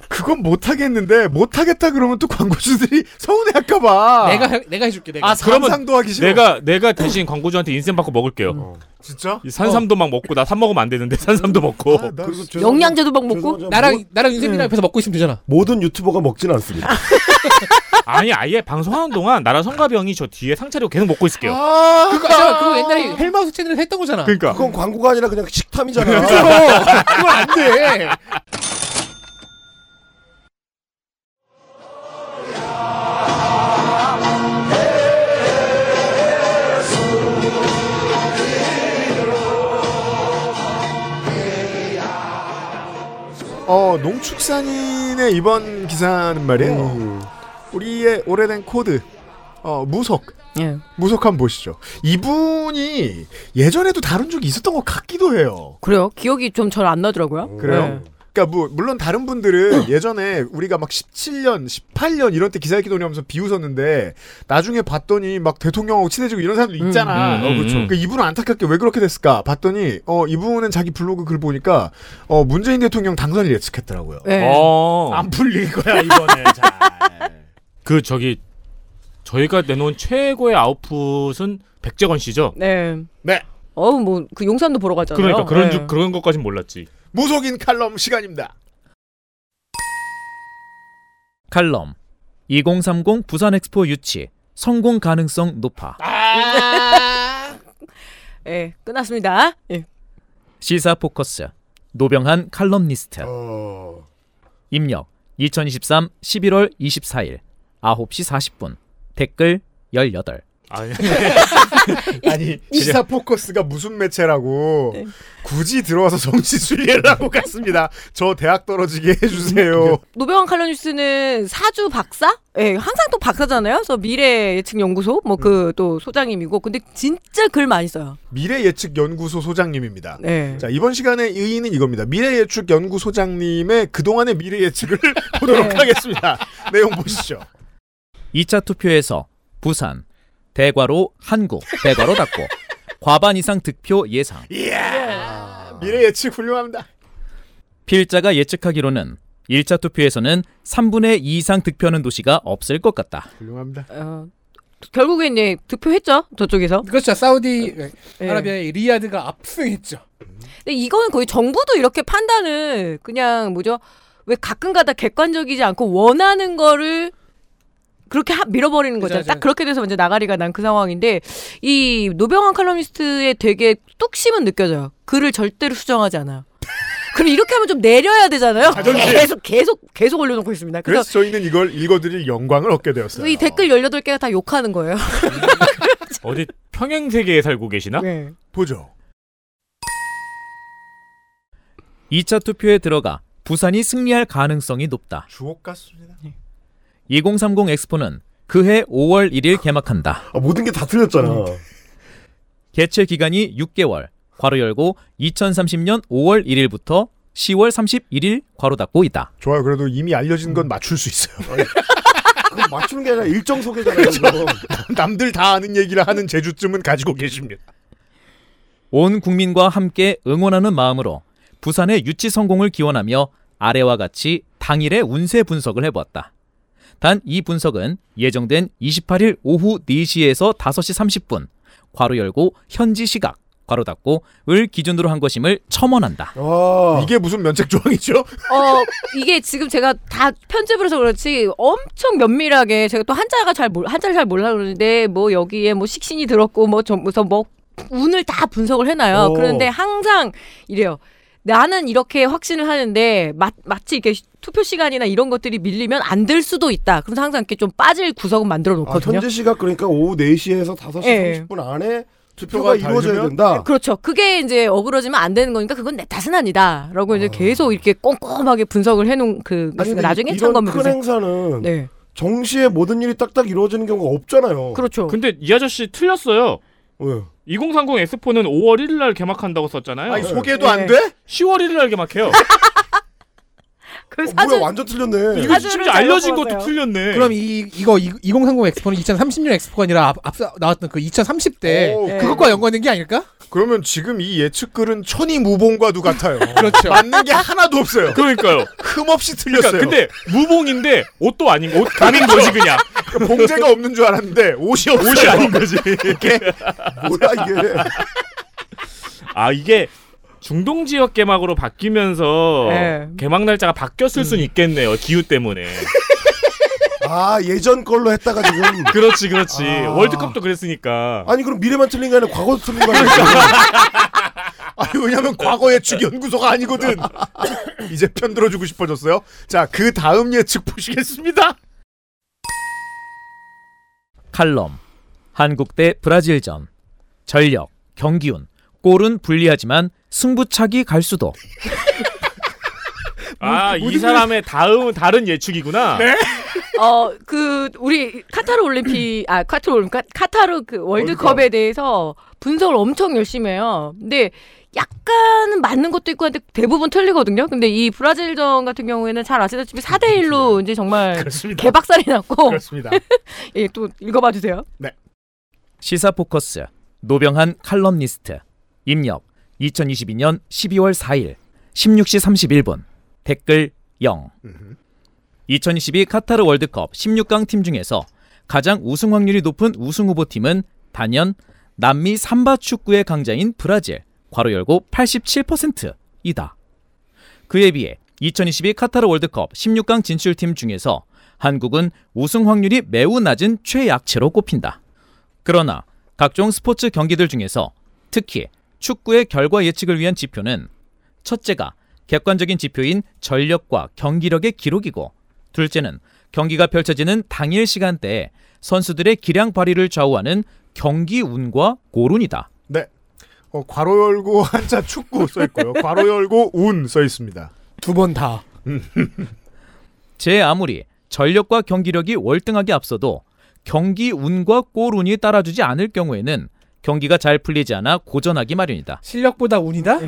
Speaker 3: 그건 못 하겠는데 못 하겠다 그러면 또 광고주들이 서운해할까 봐.
Speaker 4: 내가 해- 내가 해줄게 내가.
Speaker 6: 아, 그러면
Speaker 3: 상상도 하기 싫어.
Speaker 6: 내가 내가 대신 광고주한테 인센 받고 먹을게요.
Speaker 5: 어.
Speaker 3: 진짜?
Speaker 6: 이 산삼도 막 먹고 나 산 먹으면 안 되는데 산삼도 먹고.
Speaker 3: 아,
Speaker 5: 아,
Speaker 7: 영양제도 막 먹고?
Speaker 4: 나랑 나랑 윤세민이랑 옆에서 먹고 있으면 되잖아.
Speaker 5: 모든 유튜버가 먹지는 않습니다.
Speaker 6: 아니 아예 방송하는 동안 나라 성가병이 저 뒤에 상차리고 계속 먹고 있을게요.
Speaker 4: 그거 아, 그거 옛날에 헬마우스 채널에서 했던 거잖아.
Speaker 6: 그러니까.
Speaker 5: 그건 광고가 아니라 그냥 식탐이잖아.
Speaker 4: 그죠? 그건 안 돼.
Speaker 3: 어 농축산인의 이번 기사는 말이에요.
Speaker 6: 음.
Speaker 5: 음.
Speaker 3: 우리의 오래된 코드 어 무속.
Speaker 7: 예.
Speaker 3: 무속 한번 보시죠. 이분이 예전에도 다룬 적이 있었던 것 같기도 해요.
Speaker 7: 그래요? 기억이 좀 잘 안 나더라고요.
Speaker 3: 그래요? 그러니까 뭐 물론 다른 분들은 예전에 우리가 막 17년, 18년 이런 때 기사읽기 논의하면서 비웃었는데 나중에 봤더니 막 대통령하고 친해지고 이런 사람들 있잖아.
Speaker 6: 음, 음,
Speaker 3: 어, 그렇죠.
Speaker 6: 음.
Speaker 3: 그러니까 이분은 안타깝게 왜 그렇게 됐을까 봤더니 어 이분은 자기 블로그 글 보니까 어 문재인 대통령 당선을 예측했더라고요.
Speaker 7: 네.
Speaker 6: 어.
Speaker 3: 음. 안 풀릴 거야 이번에.
Speaker 6: 그 저기 저희가 내놓은 최고의 아웃풋은 백재건 씨죠.
Speaker 7: 네.
Speaker 3: 네.
Speaker 7: 어우 뭐 그 용산도 보러 갔잖아요.
Speaker 6: 그러니까 그런
Speaker 7: 네.
Speaker 6: 줄 그런 것까진 몰랐지.
Speaker 3: 무속인 칼럼 시간입니다.
Speaker 2: 칼럼 2030 부산 엑스포 유치 성공 가능성 높아.
Speaker 7: 예, 끝났습니다. 예.
Speaker 2: 시사 포커스 노병한 칼럼니스트
Speaker 5: 어.
Speaker 2: 입력 2023 11월 24일 9시 40분 댓글 18
Speaker 6: 아니,
Speaker 3: 아니 시사 포커스가 무슨 매체라고 굳이 들어와서 정치 순례를 하고 갔습니다. 저 대학 떨어지게 해주세요.
Speaker 7: 노병환 칼럼뉴스는 사주 박사? 예, 항상 또 박사잖아요. 그래서 미래 예측 연구소 뭐
Speaker 6: 음.
Speaker 7: 그 또 소장님이고 근데 진짜 글 많이 써요.
Speaker 3: 미래 예측 연구소 소장님입니다.
Speaker 7: 네.
Speaker 3: 자 이번 시간의 의의는 이겁니다. 미래 예측 연구 소장님의 그동안의 미래 예측을 보도록
Speaker 7: 네.
Speaker 3: 하겠습니다. 내용 보시죠.
Speaker 2: 2차 투표에서 부산 대과로 한국 대과로 닫고 과반 이상 득표 예상
Speaker 3: 미래 예측 훌륭합니다.
Speaker 2: 필자가 예측하기로는 1차 투표에서는 3분의 2 이상 득표하는 도시가 없을 것 같다.
Speaker 3: 훌륭합니다.
Speaker 7: 어, 결국에 이제 득표했죠 저쪽에서. 예.
Speaker 4: 그렇죠 사우디 아라비아의 리야드가 압승했죠.
Speaker 7: 근데 이거는 거의 정부도 이렇게 판단을 그냥 뭐죠? 왜 가끔가다 객관적이지 않고 원하는 거를 그렇게 하- 밀어버리는 거잖아요. 딱 그렇게 돼서 먼저 나가리가 난 그 상황인데 이 노병환 칼럼니스트의 되게 뚝심은 느껴져요. 글을 절대로 수정하지 않아요. 그럼 이렇게 하면 좀 내려야 되잖아요.
Speaker 3: 자존심.
Speaker 7: 계속 계속 계속 올려놓고 있습니다.
Speaker 3: 그래서
Speaker 7: 그래서
Speaker 3: 저희는 이걸 읽어드릴 영광을 얻게 되었어요.
Speaker 7: 그래서 이 댓글 18개가 다 욕하는 거예요.
Speaker 6: 어디 평행 세계에 살고 계시나?
Speaker 7: 네.
Speaker 3: 보죠.
Speaker 2: 2차 투표에 들어가 부산이 승리할 가능성이 높다.
Speaker 3: 주옥 같습니다.
Speaker 2: 2030 엑스포는 그해 5월 1일 개막한다.
Speaker 5: 아, 모든 게 다 틀렸잖아.
Speaker 2: 개최 기간이 6개월. 괄호 열고 2030년 5월 1일부터 10월 31일 괄호 닫고 있다.
Speaker 3: 좋아요. 그래도 이미 알려진 건 맞출 수 있어요.
Speaker 5: 그거 맞추는 게 아니라 일정 소개잖아요. 그거.
Speaker 3: 남들 다 아는 얘기를 하는 재주쯤은 가지고 계십니다.
Speaker 2: 온 국민과 함께 응원하는 마음으로 부산의 유치 성공을 기원하며 아래와 같이 당일의 운세 분석을 해보았다. 단 이 분석은 예정된 28일 오후 4시에서 5시 30분 괄호 열고 현지 시각 괄호 닫고 을 기준으로 한 것임을 첨언한다.
Speaker 5: 아. 어.
Speaker 3: 이게 무슨 면책 조항이죠?
Speaker 7: 어 이게 지금 제가 다 편집을 해서 그렇지 엄청 면밀하게 제가 또 한자가 잘 몰, 한자를 잘 몰라 그러는데 뭐 여기에 뭐 식신이 들었고 뭐 전부서 뭐 운을 다 분석을 해놔요.
Speaker 14: 오.
Speaker 7: 그런데 항상 이래요. 나는 이렇게 확신을 하는데 마, 마치 이렇게 시- 투표 시간이나 이런 것들이 밀리면 안 될 수도 있다. 그래서 항상 이렇게 좀 빠질 구석은 만들어
Speaker 5: 아,
Speaker 7: 놓거든요.
Speaker 5: 현재 시각 그러니까 오후 4시에서 5시
Speaker 7: 뭐 예.
Speaker 5: 30분 안에
Speaker 7: 투표가
Speaker 5: 투표가 이루어져야
Speaker 7: 닿으면?
Speaker 5: 된다.
Speaker 7: 그렇죠. 그게 이제 어그러지면 안 되는 거니까 그건 내 탓은 아니다라고 이제 계속 이렇게 꼼꼼하게 분석을 해놓은 그
Speaker 5: 아니, 근데
Speaker 7: 나중에
Speaker 5: 이런
Speaker 7: 참검
Speaker 5: 큰 행사는
Speaker 7: 네.
Speaker 5: 정시에 모든 일이 딱딱 이루어지는 경우가 없잖아요.
Speaker 7: 그렇죠.
Speaker 6: 근데 이 아저씨 틀렸어요. 2030 엑스포는 5월 1일 날 개막한다고 썼잖아요.
Speaker 5: 아니, 소개도 안 돼?
Speaker 6: 10월 1일 날 개막해요.
Speaker 7: 그
Speaker 5: 어, 뭐야 완전 틀렸네.
Speaker 6: 이거 심지어 알려진 것도 틀렸네.
Speaker 4: 그럼 이 이거 2030 엑스포는 2030년 엑스포가 아니라 앞, 앞서 나왔던 그 2030대
Speaker 3: 오,
Speaker 4: 그것과 연관된 게 아닐까?
Speaker 3: 그러면 지금 이 예측글은 천이 무봉과도 같아요.
Speaker 4: 그렇죠.
Speaker 3: 맞는 게 하나도
Speaker 6: 그렇죠.
Speaker 3: 없어요.
Speaker 6: 그러니까요.
Speaker 3: 흠없이 틀렸어요.
Speaker 6: 그러니까 근데 무봉인데 옷도 아닌 옷 감인 거지 그냥.
Speaker 3: 봉제가 없는 줄 알았는데 옷이 없어요.
Speaker 6: 옷이 아닌 거지.
Speaker 5: 뭐야 이게.
Speaker 6: 아 이게 중동 지역 개막으로 바뀌면서
Speaker 5: 네.
Speaker 6: 개막 날짜가 바뀌었을
Speaker 3: 음.
Speaker 6: 순 있겠네요. 기후 때문에.
Speaker 5: 아 예전 걸로 했다가 지금.
Speaker 6: 그렇지 그렇지. 월드컵도 그랬으니까.
Speaker 5: 아니 그럼 미래만 틀린 게 아니라 과거도 틀린 거
Speaker 6: 그러니까.
Speaker 5: 아니야?
Speaker 3: 아니 왜냐면 과거 예측 연구소가 아니거든. 이제 편 들어주고 싶어졌어요. 자 그 다음 예측 보시겠습니다.
Speaker 2: 칼럼 한국 대 브라질전 전력 경기운 골은 불리하지만 승부차기 갈 수도
Speaker 6: 아 이 사람의 다음 다른 예측이구나.
Speaker 3: 네,
Speaker 7: 어 그 우리 카타르 올림픽 아 카타르 올림픽 카- 카타르 그 월드컵에 대해서 분석을 엄청 열심히 해요. 근데 약간은 맞는 것도 있고 한데 대부분 틀리거든요. 근데 이 브라질전 같은 경우에는 잘 아시다시피 4대 1로 이제 정말 개박살이 났고
Speaker 3: 그렇습니다.
Speaker 7: 예, 또 읽어봐 주세요.
Speaker 2: 시사 포커스 노병한 칼럼니스트 입력 2022년 12월 4일 16시 31분 댓글 0 2022 카타르 월드컵 16강 팀 중에서 가장 우승 확률이 높은 우승 후보 팀은 단연 남미 삼바 축구의 강자인 브라질 괄호 열고 87%이다. 그에 비해 2022 카타르 월드컵 16강 진출팀 중에서 한국은 우승 확률이 매우 낮은 최약체로 꼽힌다. 그러나 각종 스포츠 경기들 중에서 특히 축구의 결과 예측을 위한 지표는 첫째가 객관적인 지표인 전력과 경기력의 기록이고 둘째는 경기가 펼쳐지는 당일 시간대에 선수들의 기량 발휘를 좌우하는 경기 운과 고run이다.
Speaker 3: 네. 어, 괄호 열고 한자 축구 써 있고요. 괄호 열고 운 써 있습니다.
Speaker 4: 두 번 다.
Speaker 2: 제 아무리 전력과 경기력이 월등하게 앞서도 경기 운과 골운이 따라주지 않을 경우에는 경기가 잘 풀리지 않아 고전하기 마련이다.
Speaker 4: 실력보다 운이다?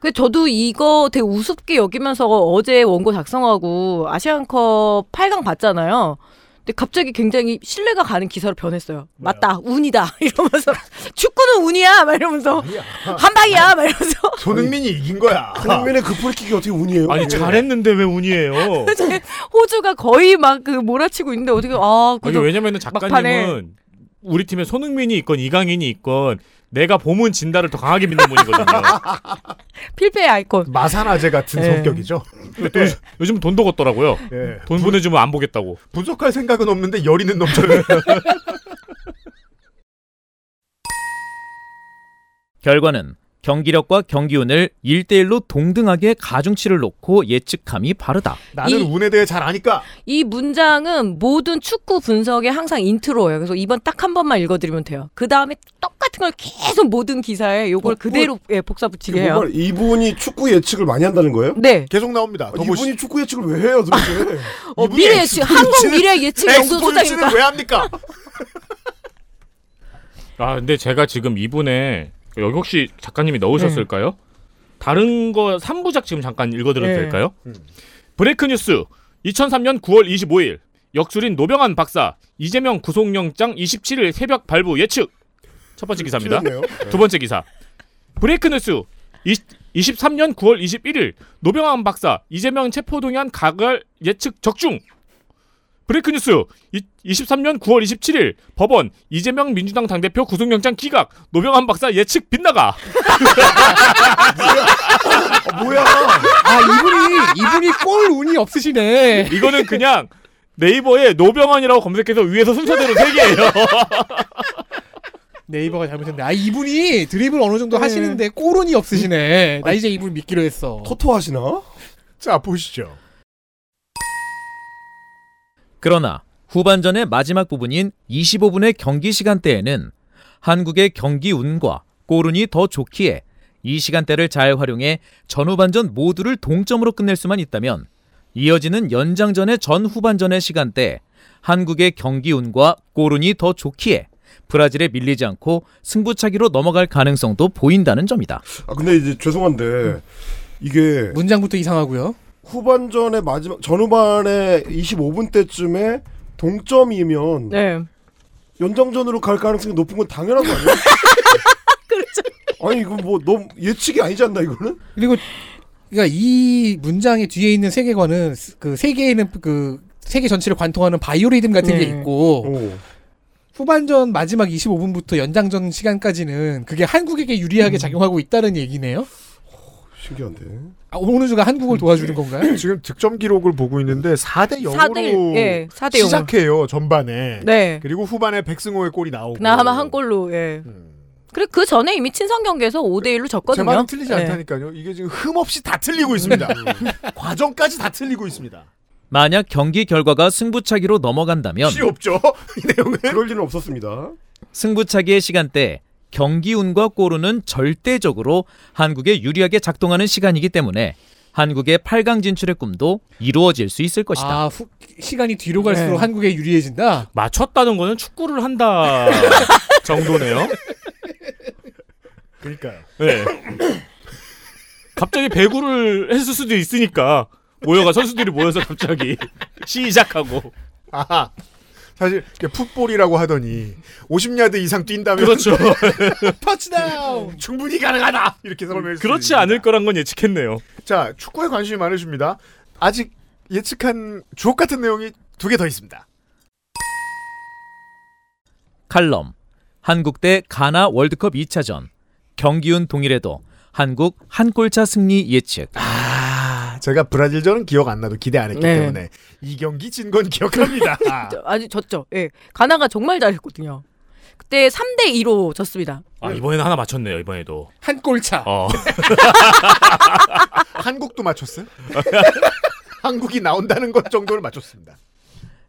Speaker 7: 그 저도 이거 되게 우습게 여기면서 어제 원고 작성하고 아시안컵 8강 봤잖아요. 근데 근데 갑자기 굉장히 신뢰가 가는 기사로 변했어요. 맞다, 운이다 이러면서 축구는 운이야, 막 이러면서 한방이야, 막 이러면서
Speaker 3: 손흥민이 이긴 거야.
Speaker 5: 손흥민의 그 프리킥이 어떻게 운이에요? 예.
Speaker 6: 아니 잘했는데 왜 운이에요?
Speaker 7: 이제 호주가 거의 막 그 몰아치고 있는데 어떻게 아,
Speaker 6: 아니
Speaker 7: 그래도
Speaker 6: 왜냐면은
Speaker 7: 막판에
Speaker 6: 작가님은 우리 팀에 손흥민이 있건 이강인이 있건 내가 보문 진다를 더 강하게 믿는 분이거든요.
Speaker 7: 필패의 아이콘
Speaker 3: 마산아재 같은
Speaker 7: 네.
Speaker 6: 예.
Speaker 3: 성격이죠.
Speaker 6: 근데 또 요즘- 요즘 돈도 걷더라고요.
Speaker 3: 예.
Speaker 6: 돈 보내주면 안 보겠다고.
Speaker 3: 분석할 생각은 없는데 열이는 넘쳐요.
Speaker 2: 결과는 경기력과 경기운을 1대1로 동등하게 가중치를 놓고 예측함이 바르다.
Speaker 7: 나는 이-
Speaker 3: 운에 대해 잘 아니까.
Speaker 7: 이 문장은 모든 축구 분석의 항상 인트로예요. 그래서 이번 딱 한 번만 읽어드리면 돼요. 그 다음에 똑같은 걸 계속 모든 기사에 요걸 그대로 예, 복사 붙이게 해요.
Speaker 5: 정말 이분이 축구 예측을 많이 한다는 거예요? 아,
Speaker 7: 네.
Speaker 3: 계속 나옵니다.
Speaker 5: 어, 이분이 축구 예측을 왜 해요 도대체?
Speaker 7: 어, 미래 예측, 한국 미래
Speaker 3: 네,
Speaker 7: 예측 연구 소장이니까.
Speaker 3: 합니까?
Speaker 6: 아 근데 제가 지금 이분에 여기 혹시 작가님이 넣으셨을까요? 다른 거 3부작 지금 잠깐 읽어드려도
Speaker 13: 네.
Speaker 6: 될까요? 브레이크 뉴스 2003년 9월 25일 역술인 노병한 박사 이재명 구속영장 27일 새벽 발부 예측 첫 번째 그 기사입니다.
Speaker 13: 틀렸네요.
Speaker 6: 두 번째 기사 브레이크 뉴스 20, 23년 9월 21일 노병한 박사 이재명 체포동의안 가결 예측 적중 브레이크 뉴스 이, 23년 9월 27일 법원 이재명 민주당 당대표 구속영장 기각 노병한 박사 예측 빗나가
Speaker 5: 뭐야
Speaker 4: 아 이분이 이분이 꼴 운이 없으시네
Speaker 6: 이거는 그냥 네이버에 노병환이라고 검색해서 위에서 순서대로 세개예요
Speaker 4: 네이버가 잘못했네 아 이분이 드립을 어느 정도 하시는데 꼴 운이 없으시네 나 이제 이분 믿기로 했어
Speaker 5: 토토 하시나? 아,
Speaker 3: 자 보시죠.
Speaker 2: 그러나 후반전의 마지막 부분인 25분의 경기 시간대에는 한국의 경기 운과 골운이 더 좋기에 이 시간대를 잘 활용해 전후반전 모두를 동점으로 끝낼 수만 있다면 이어지는 연장전의 전후반전의 시간대에 한국의 경기 운과 골운이 더 좋기에 브라질에 밀리지 않고 승부차기로 넘어갈 가능성도 보인다는 점이다.
Speaker 5: 아 근데 이제 죄송한데 이게
Speaker 4: 문장부터 이상하고요.
Speaker 5: 후반전의 마지막 전후반에 25분 때쯤에 동점이면
Speaker 7: 네.
Speaker 5: 연장전으로 갈 가능성이 높은 건 당연한 거 아니야? 그렇죠. 아니 이거 뭐 너무 예측이 아니지 않나 이거는?
Speaker 4: 그리고 그러니까 이 문장의 뒤에 있는 세계관은 스- 그 세계에는 그 세계 전체를 관통하는 바이오리듬 같은 게
Speaker 12: 네.
Speaker 6: 어.
Speaker 4: 있고 후반전 마지막 25분부터 연장전 시간까지는 그게 한국에게 유리하게 작용하고 있다는 얘기네요.
Speaker 5: 신기한데.
Speaker 4: 아, 오누주가 한국을 도와주는 건가요?
Speaker 3: 지금 득점 기록을 보고 있는데 4대
Speaker 7: 4대 일,
Speaker 3: 0으로
Speaker 7: 예, 4대 0으로.
Speaker 3: 시작해요 전반에.
Speaker 7: 네.
Speaker 3: 그리고 후반에 백승호의 골이 나오고.
Speaker 7: 그나마 한 골로 예. 그리고 그 전에 이미 친선 경기에서 5대 1로
Speaker 3: 음. 제
Speaker 7: 졌거든요.
Speaker 3: 말은 틀리지
Speaker 7: 예.
Speaker 3: 않다니까요. 이게 지금 흠 없이 다 틀리고 있습니다.
Speaker 7: 음.
Speaker 3: 과정까지 다 틀리고 있습니다.
Speaker 2: 만약 경기 결과가 승부차기로 넘어간다면
Speaker 3: 시 없죠. 이 내용은
Speaker 4: 예?
Speaker 5: 그럴 일은 없었습니다.
Speaker 2: 승부차기의 시간대 경기운과 골운은 절대적으로 한국에 유리하게 작동하는 시간이기 때문에 한국의 8강 진출의 꿈도 이루어질 수 있을 것이다.
Speaker 4: 아, 후- 시간이 뒤로 갈수록
Speaker 2: 네.
Speaker 4: 한국에 유리해진다.
Speaker 6: 맞췄다는 거는 축구를 한다 정도네요.
Speaker 3: 그러니까요.
Speaker 6: 네. 갑자기 배구를 했을 수도 있으니까 모여가 선수들이 모여서 갑자기 시작하고
Speaker 3: 아하. 사실 이렇게 풋볼이라고 하더니 50야드 이상 뛴다면
Speaker 6: 그렇죠.
Speaker 3: 터치다운 충분히 가능하다 이렇게 설명했어요.
Speaker 6: 그렇지 않을 거란 건 예측했네요.
Speaker 3: 자 축구에 관심이 많으십니다. 아직 예측한 주옥 같은 내용이 두 개 더 있습니다.
Speaker 2: 칼럼 한국 대 가나 월드컵 2차전 경기운 동일해도 한국 한 골차 승리 예측.
Speaker 3: 아 제가 브라질전은 기억 안 나도 기대 안 했기
Speaker 7: 네.
Speaker 3: 때문에 이 경기 진 건 기억합니다.
Speaker 7: 저- 아니 졌죠. 예. 가나가 정말 잘했거든요. 그때 3대 2로 졌습니다.
Speaker 6: 아 이번에는 하나 맞췄네요. 이번에도
Speaker 4: 한 골차.
Speaker 6: 어.
Speaker 3: 한국도 맞췄어요? 한국이 나온다는 것 정도를 맞췄습니다.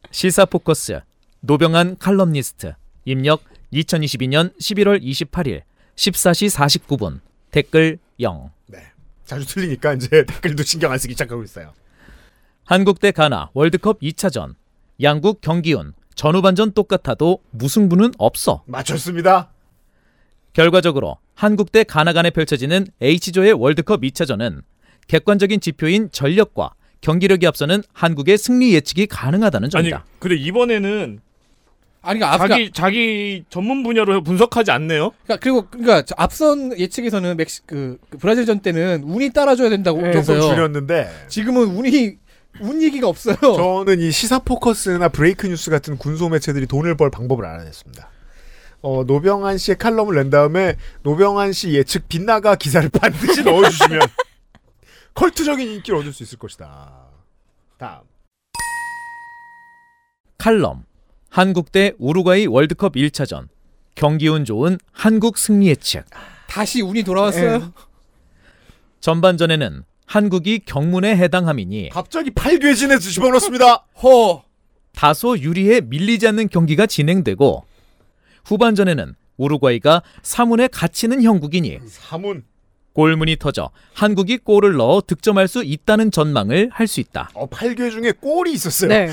Speaker 2: 시사 포커스 노병한 칼럼니스트 입력 2022년 11월 28일 14시 49분 댓글 0.
Speaker 3: 자주 틀리니까 이제 댓글도 신경 안 쓰기 시작하고 있어요.
Speaker 2: 한국 대 가나 월드컵 2차전 양국 경기운 전후반전 똑같아도 무승부는 없어
Speaker 3: 맞췄습니다
Speaker 2: 결과적으로 한국 대 가나 간에 펼쳐지는 H조의 월드컵 2차전은 객관적인 지표인 전력과 경기력이 앞서는 한국의 승리 예측이 가능하다는
Speaker 6: 아니
Speaker 2: 점이다.
Speaker 6: 근데 이번에는
Speaker 4: 아니
Speaker 6: 자기 자기 전문 분야로 분석하지 않네요.
Speaker 4: 그러니까 그리고 그러니까 저 앞선 예측에서는 멕시 그, 그 브라질전 때는 운이 따라줘야 된다고
Speaker 3: 조금
Speaker 4: 해서요.
Speaker 3: 줄였는데
Speaker 4: 지금은 운이 운 얘기가 없어요.
Speaker 3: 저는 이 시사 포커스나 브레이크 뉴스 같은 군소 매체들이 돈을 벌 방법을 알아냈습니다. 어, 노병한 씨의 칼럼을 낸 다음에 노병한 씨 예측 빗나가 기사를 반드시 넣어주시면 컬트적인 인기를 얻을 수 있을 것이다. 다음.
Speaker 2: 칼럼 한국 대 우루과이 월드컵 1차전 경기운 좋은 한국 승리 예측
Speaker 4: 다시 운이 돌아왔어요.
Speaker 2: 전반전에는 한국이 경문에 해당함이니
Speaker 3: 갑자기 팔괘진에 집어넣습니다.
Speaker 4: 허
Speaker 2: 다소 유리해 밀리지 않는 경기가 진행되고 후반전에는 우루과이가 사문에 갇히는 형국이니
Speaker 3: 사문
Speaker 2: 골문이 터져 한국이 골을 넣어 득점할 수 있다는 전망을 할 수 있다.
Speaker 3: 어, 팔괘 중에 골이 있었어요.
Speaker 2: 네.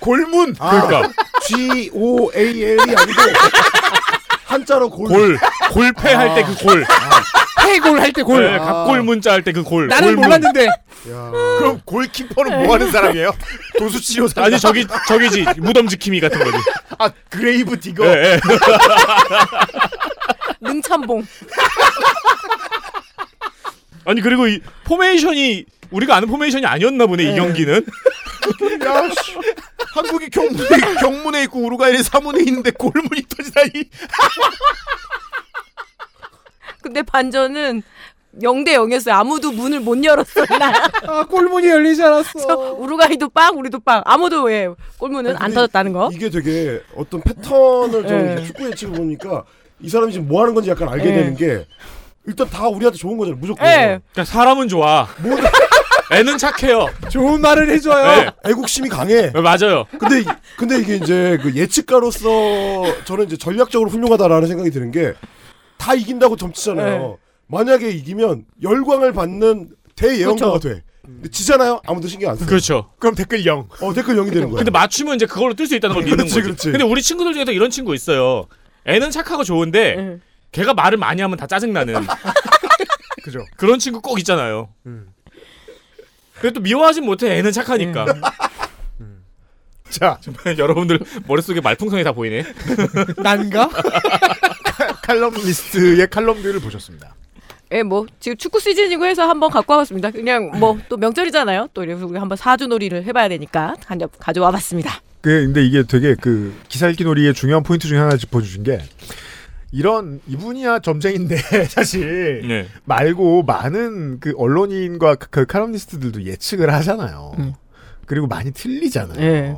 Speaker 3: 골문.
Speaker 2: 그러니까.
Speaker 5: 아. G O A L이 아니고 한자로 골.
Speaker 6: 골 골패할 때 그 골.
Speaker 4: 해골 할 때 아. 골. 아.
Speaker 6: 네, 갑골 문자 할 때 그 골.
Speaker 4: 나는
Speaker 6: 골문.
Speaker 4: 몰랐는데.
Speaker 3: 그럼 골키퍼는 뭐 하는 사람이에요? 도수치료사.
Speaker 6: 아니 저기 저기지 무덤 지킴이 같은 거지.
Speaker 3: 아 그레이브 디거.
Speaker 6: 예, 예.
Speaker 7: 능참봉.
Speaker 6: 아니 그리고 이 포메이션이 우리가 아는 포메이션이 아니었나 보네 이 경기는.
Speaker 3: 야, 씨. 한국이 경문에, 경문에 있고 우루과이는 사문에 있는데 골문이 터지다니.
Speaker 7: 근데 반전은 0대 0이었어요. 아무도 문을 못 열었어요.
Speaker 4: 아, 골문이 열리지 않았어.
Speaker 7: 우루과이도 빵, 우리도 빵. 아무도 왜 골문은 안 터졌다는
Speaker 4: 어?
Speaker 7: 거?
Speaker 5: 이게 되게 어떤 패턴을 좀
Speaker 7: 예.
Speaker 5: 이렇게 축구 예측을 보니까 이 사람이 지금 뭐 하는 건지 약간 알게
Speaker 6: 예.
Speaker 5: 되는 게 일단 다 우리한테 좋은 거잖아요 무조건.
Speaker 3: 뭐
Speaker 6: 예. 그러니까 사람은 좋아. 애는 착해요.
Speaker 4: 좋은 말을 해줘요.
Speaker 5: 예. 애국심이 강해.
Speaker 6: 맞아요.
Speaker 5: 근데 이- 근데 이게 이제 그 예측가로서 저는 이제 전략적으로 훌륭하다라는 생각이 드는 게 다 이긴다고 점치잖아요.
Speaker 4: 예.
Speaker 6: 네.
Speaker 5: 만약에 이기면 열광을 받는 대예언가가 돼. 근데 지잖아요. 아무도 신경 안 써.
Speaker 6: 그렇죠.
Speaker 3: 그럼 댓글 0.
Speaker 5: 어 댓글 0이 되는 거야.
Speaker 6: 근데 맞추면 이제 그걸로 뜰 수 있다는 걸 믿는
Speaker 5: 그렇지,
Speaker 6: 거지.
Speaker 5: 그렇지.
Speaker 6: 근데 우리 친구들 중에도 이런 친구 있어요. 애는 착하고 좋은데 걔가 말을 많이 하면 다 짜증 나는.
Speaker 3: 그죠.
Speaker 6: 그런 친구 꼭 있잖아요. 그래도 미워하진 못해. 애는 착하니까.
Speaker 3: 자,
Speaker 6: 정말 여러분들 머릿속에 말풍선이 다 보이네.
Speaker 4: 난가?
Speaker 3: 칼럼리스트의 칼럼들을 보셨습니다.
Speaker 7: 예, 뭐 지금 축구 시즌이고 해서 한번 갖고 와봤습니다. 그냥 뭐 또 명절이잖아요. 또 이래서 우리 한번 사주놀이를 해봐야 되니까 간접 가져와봤습니다.
Speaker 3: 그 근데 이게 되게 그 기사 읽기 놀이의 중요한 포인트 중에 하나 짚어주신 게 이런 이분이야 점쟁인데 사실
Speaker 6: 네.
Speaker 3: 말고 많은 그 언론인과 그, 그 칼럼니스트들도 예측을 하잖아요.
Speaker 7: 음.
Speaker 3: 그리고 많이 틀리잖아요.
Speaker 7: 예.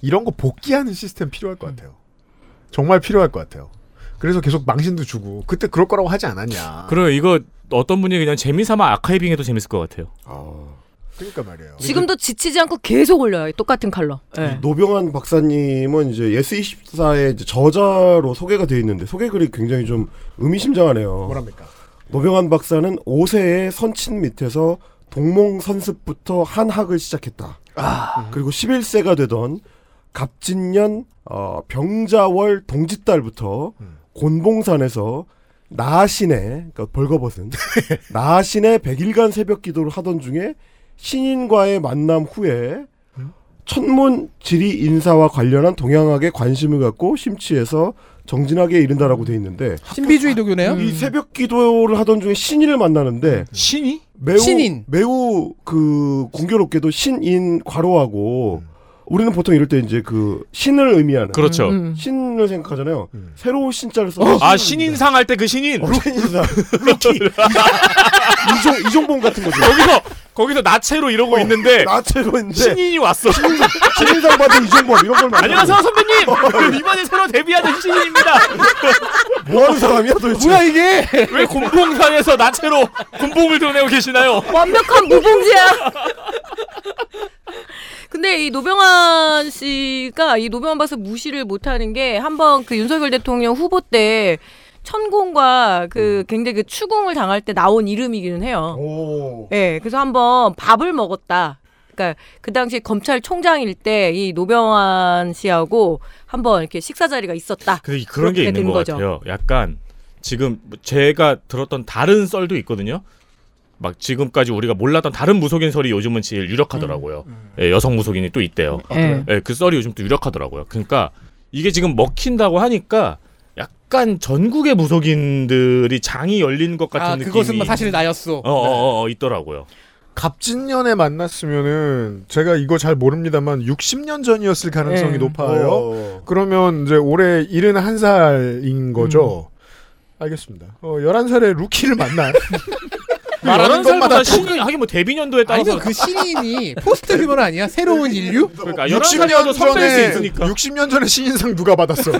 Speaker 3: 이런 거 복귀하는 시스템 필요할 것 같아요. 정말 필요할 것 같아요. 그래서 계속 망신도 주고 그때 그럴 거라고 하지 않았냐.
Speaker 6: 그래요. 이거 어떤 분이 그냥 재미삼아 아카이빙해도 재밌을 것 같아요.
Speaker 3: 그러니까 말이에요.
Speaker 7: 지금도 지치지 않고 계속 올려요. 똑같은 칼럼. 예.
Speaker 5: 노병환 박사님은 이제 예스24의 저자로 소개가 돼 있는데 소개글이 굉장히 좀 의미심장하네요.
Speaker 3: 뭐랍니까?
Speaker 5: 노병환 박사는 5세의 선친 밑에서 동몽 선습부터 한학을 시작했다. 그리고 11세가 되던 갑진년 어, 병자월 동짓달부터 곤봉산에서 나신의 그러니까 벌거벗은 나신의 100일간 새벽 기도를 하던 중에 신인과의 만남 후에 천문 지리 인사와 관련한 동양학에 관심을 갖고 심취해서 정진학에 이른다라고 돼 있는데
Speaker 4: 신비주의 도교네요.
Speaker 6: 음.
Speaker 5: 이 새벽 기도를 하던 중에 신인을 만나는데
Speaker 6: 신이
Speaker 5: 매우
Speaker 4: 신인.
Speaker 5: 매우 그 공교롭게도 신인 괄호하고 우리는 보통 이럴 때 이제 그 신을 의미하는
Speaker 6: 그렇죠. 음.
Speaker 5: 신을 생각하잖아요. 새로운 신자를 써.
Speaker 6: 아 신인상 할 때 그
Speaker 5: 어,
Speaker 6: 신인.
Speaker 5: 신인상. 루키. 이종 이종봉 같은 거죠. 어,
Speaker 6: 거기서 거기서 나체로 이러고 있는데
Speaker 5: 나체로 있는데
Speaker 6: 신인이 왔어.
Speaker 5: 신인상 받은 이종범 이런 걸 만나는
Speaker 6: 안녕하세요
Speaker 5: 거예요.
Speaker 6: 선배님. 이번에 새로 데뷔하는 신인입니다.
Speaker 5: 뭐 하는 사람이야 도대체?
Speaker 4: 뭐야 이게?
Speaker 6: 왜 곤봉산에서 나체로 곤봉을 드러내고 계시나요?
Speaker 7: 완벽한 무봉지야. 근데 이 노병환 씨가 이 노병환 박사 무시를 못하는 게 한번 그 윤석열 대통령 후보 때 천공과 그 굉장히 그 추궁을 당할 때 나온 이름이기는 해요.
Speaker 5: 오.
Speaker 7: 예, 그래서 한번 밥을 먹었다. 그러니까 그 당시 검찰총장일 때 이 노병환 씨하고 한번 이렇게 식사 자리가 있었다.
Speaker 6: 근데 그런 게
Speaker 7: 그렇게
Speaker 6: 있는
Speaker 7: 된
Speaker 6: 것 같아요. 약간 지금 제가 들었던 다른 썰도 있거든요. 막 지금까지 우리가 몰랐던 다른 무속인 설이 요즘은 제일 유력하더라고요. 예, 여성 무속인이 또 있대요.
Speaker 14: 아, 그래요?
Speaker 6: 예, 그 썰이 요즘 또 유력하더라고요. 그러니까 이게 지금 먹힌다고 하니까 약간 전국의 무속인들이 장이 열린 것 같은
Speaker 4: 아,
Speaker 6: 느낌이
Speaker 4: 그것은 사실 나였어.
Speaker 6: 어, 어, 어, 있더라고요.
Speaker 3: 갑진년에 만났으면은 제가 이거 잘 모릅니다만 60년 전이었을 가능성이
Speaker 7: 예.
Speaker 6: 네.
Speaker 3: 높아요.
Speaker 6: 어.
Speaker 3: 그러면 이제 올해 71살인 거죠.
Speaker 5: 음.
Speaker 3: 알겠습니다. 어, 11살에 루키를 만나.
Speaker 6: 말하는
Speaker 3: 말하는
Speaker 6: 것마다
Speaker 3: 것마다
Speaker 6: 신이 하긴 뭐 데뷔 년도에 따라서
Speaker 4: 아니면 그 신인이 포스트 휴먼 아니야? 새로운 인류?
Speaker 6: 그러니까 11살 때도 선배일 수 있으니까.
Speaker 3: 60년 전에 신인상 누가 받았어?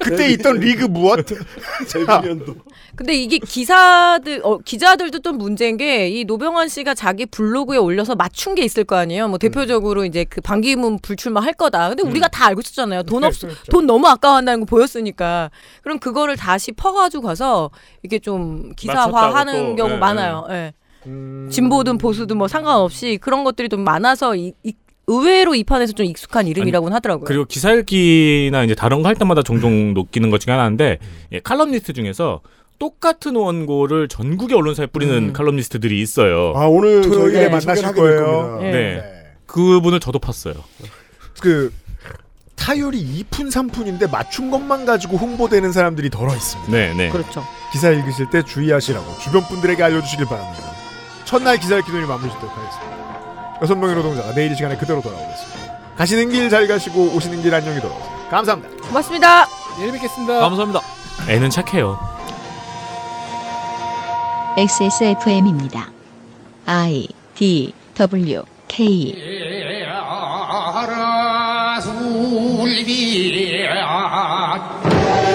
Speaker 3: 그때 있던 리그 무엇? 재미년도.
Speaker 7: 근데 이게 기사들 어, 기자들도 또 문제인 게 이 노병환 씨가 자기 블로그에 올려서 맞춘 게 있을 거 아니에요.
Speaker 14: 음.
Speaker 7: 뭐 대표적으로 이제 그 반기문 불출마 할 거다. 근데 우리가 다 알고 있었잖아요. 돈
Speaker 14: 네,
Speaker 7: 없,
Speaker 14: 그렇죠.
Speaker 7: 돈 너무 아까워한다는 거 보였으니까. 그럼 그거를 다시 퍼가지고 가서 이게
Speaker 14: 맞췄다고
Speaker 7: 좀
Speaker 14: 또,
Speaker 7: 기사화하는 경우
Speaker 14: 예, 음.
Speaker 7: 많아요. 예. 진보든 보수든 뭐 상관없이 그런 것들이 좀 많아서 이, 이- 의외로 이 판에서 좀 익숙한 이름이라고는 하더라고요.
Speaker 6: 그리고 기사 읽기나 이제 다른 거 할 때마다 종종 느끼는 것 중에 하나인데 예, 칼럼니스트 중에서 똑같은 원고를 전국의 언론사에 뿌리는 칼럼니스트들이 있어요.
Speaker 5: 아 오늘
Speaker 3: 토요일에
Speaker 5: 저희가
Speaker 3: 만나실
Speaker 5: 소개를 하게 될
Speaker 3: 거예요.
Speaker 5: 겁니다.
Speaker 6: 네. 그분을 저도 팠어요.
Speaker 3: 그 타율이 2푼 3푼인데 맞춘 것만 가지고 홍보되는 사람들이 덜어 있습니다.
Speaker 6: 네, 네.
Speaker 3: 기사 읽으실 때 주의하시라고 주변 분들에게 알려주시길 바랍니다. 첫날 기사 읽기 놀이 마무리 짓도록 하겠습니다. 여섯 명의 노동자가 내일 이 시간에 그대로 돌아오겠습니다. 가시는 길 잘 가시고 오시는 길 안녕히 돌아오세요. 감사합니다.
Speaker 7: 고맙습니다.
Speaker 4: 내일 뵙겠습니다.
Speaker 6: 감사합니다. 애는 착해요.
Speaker 15: XSFM입니다. I D W K
Speaker 14: 술비야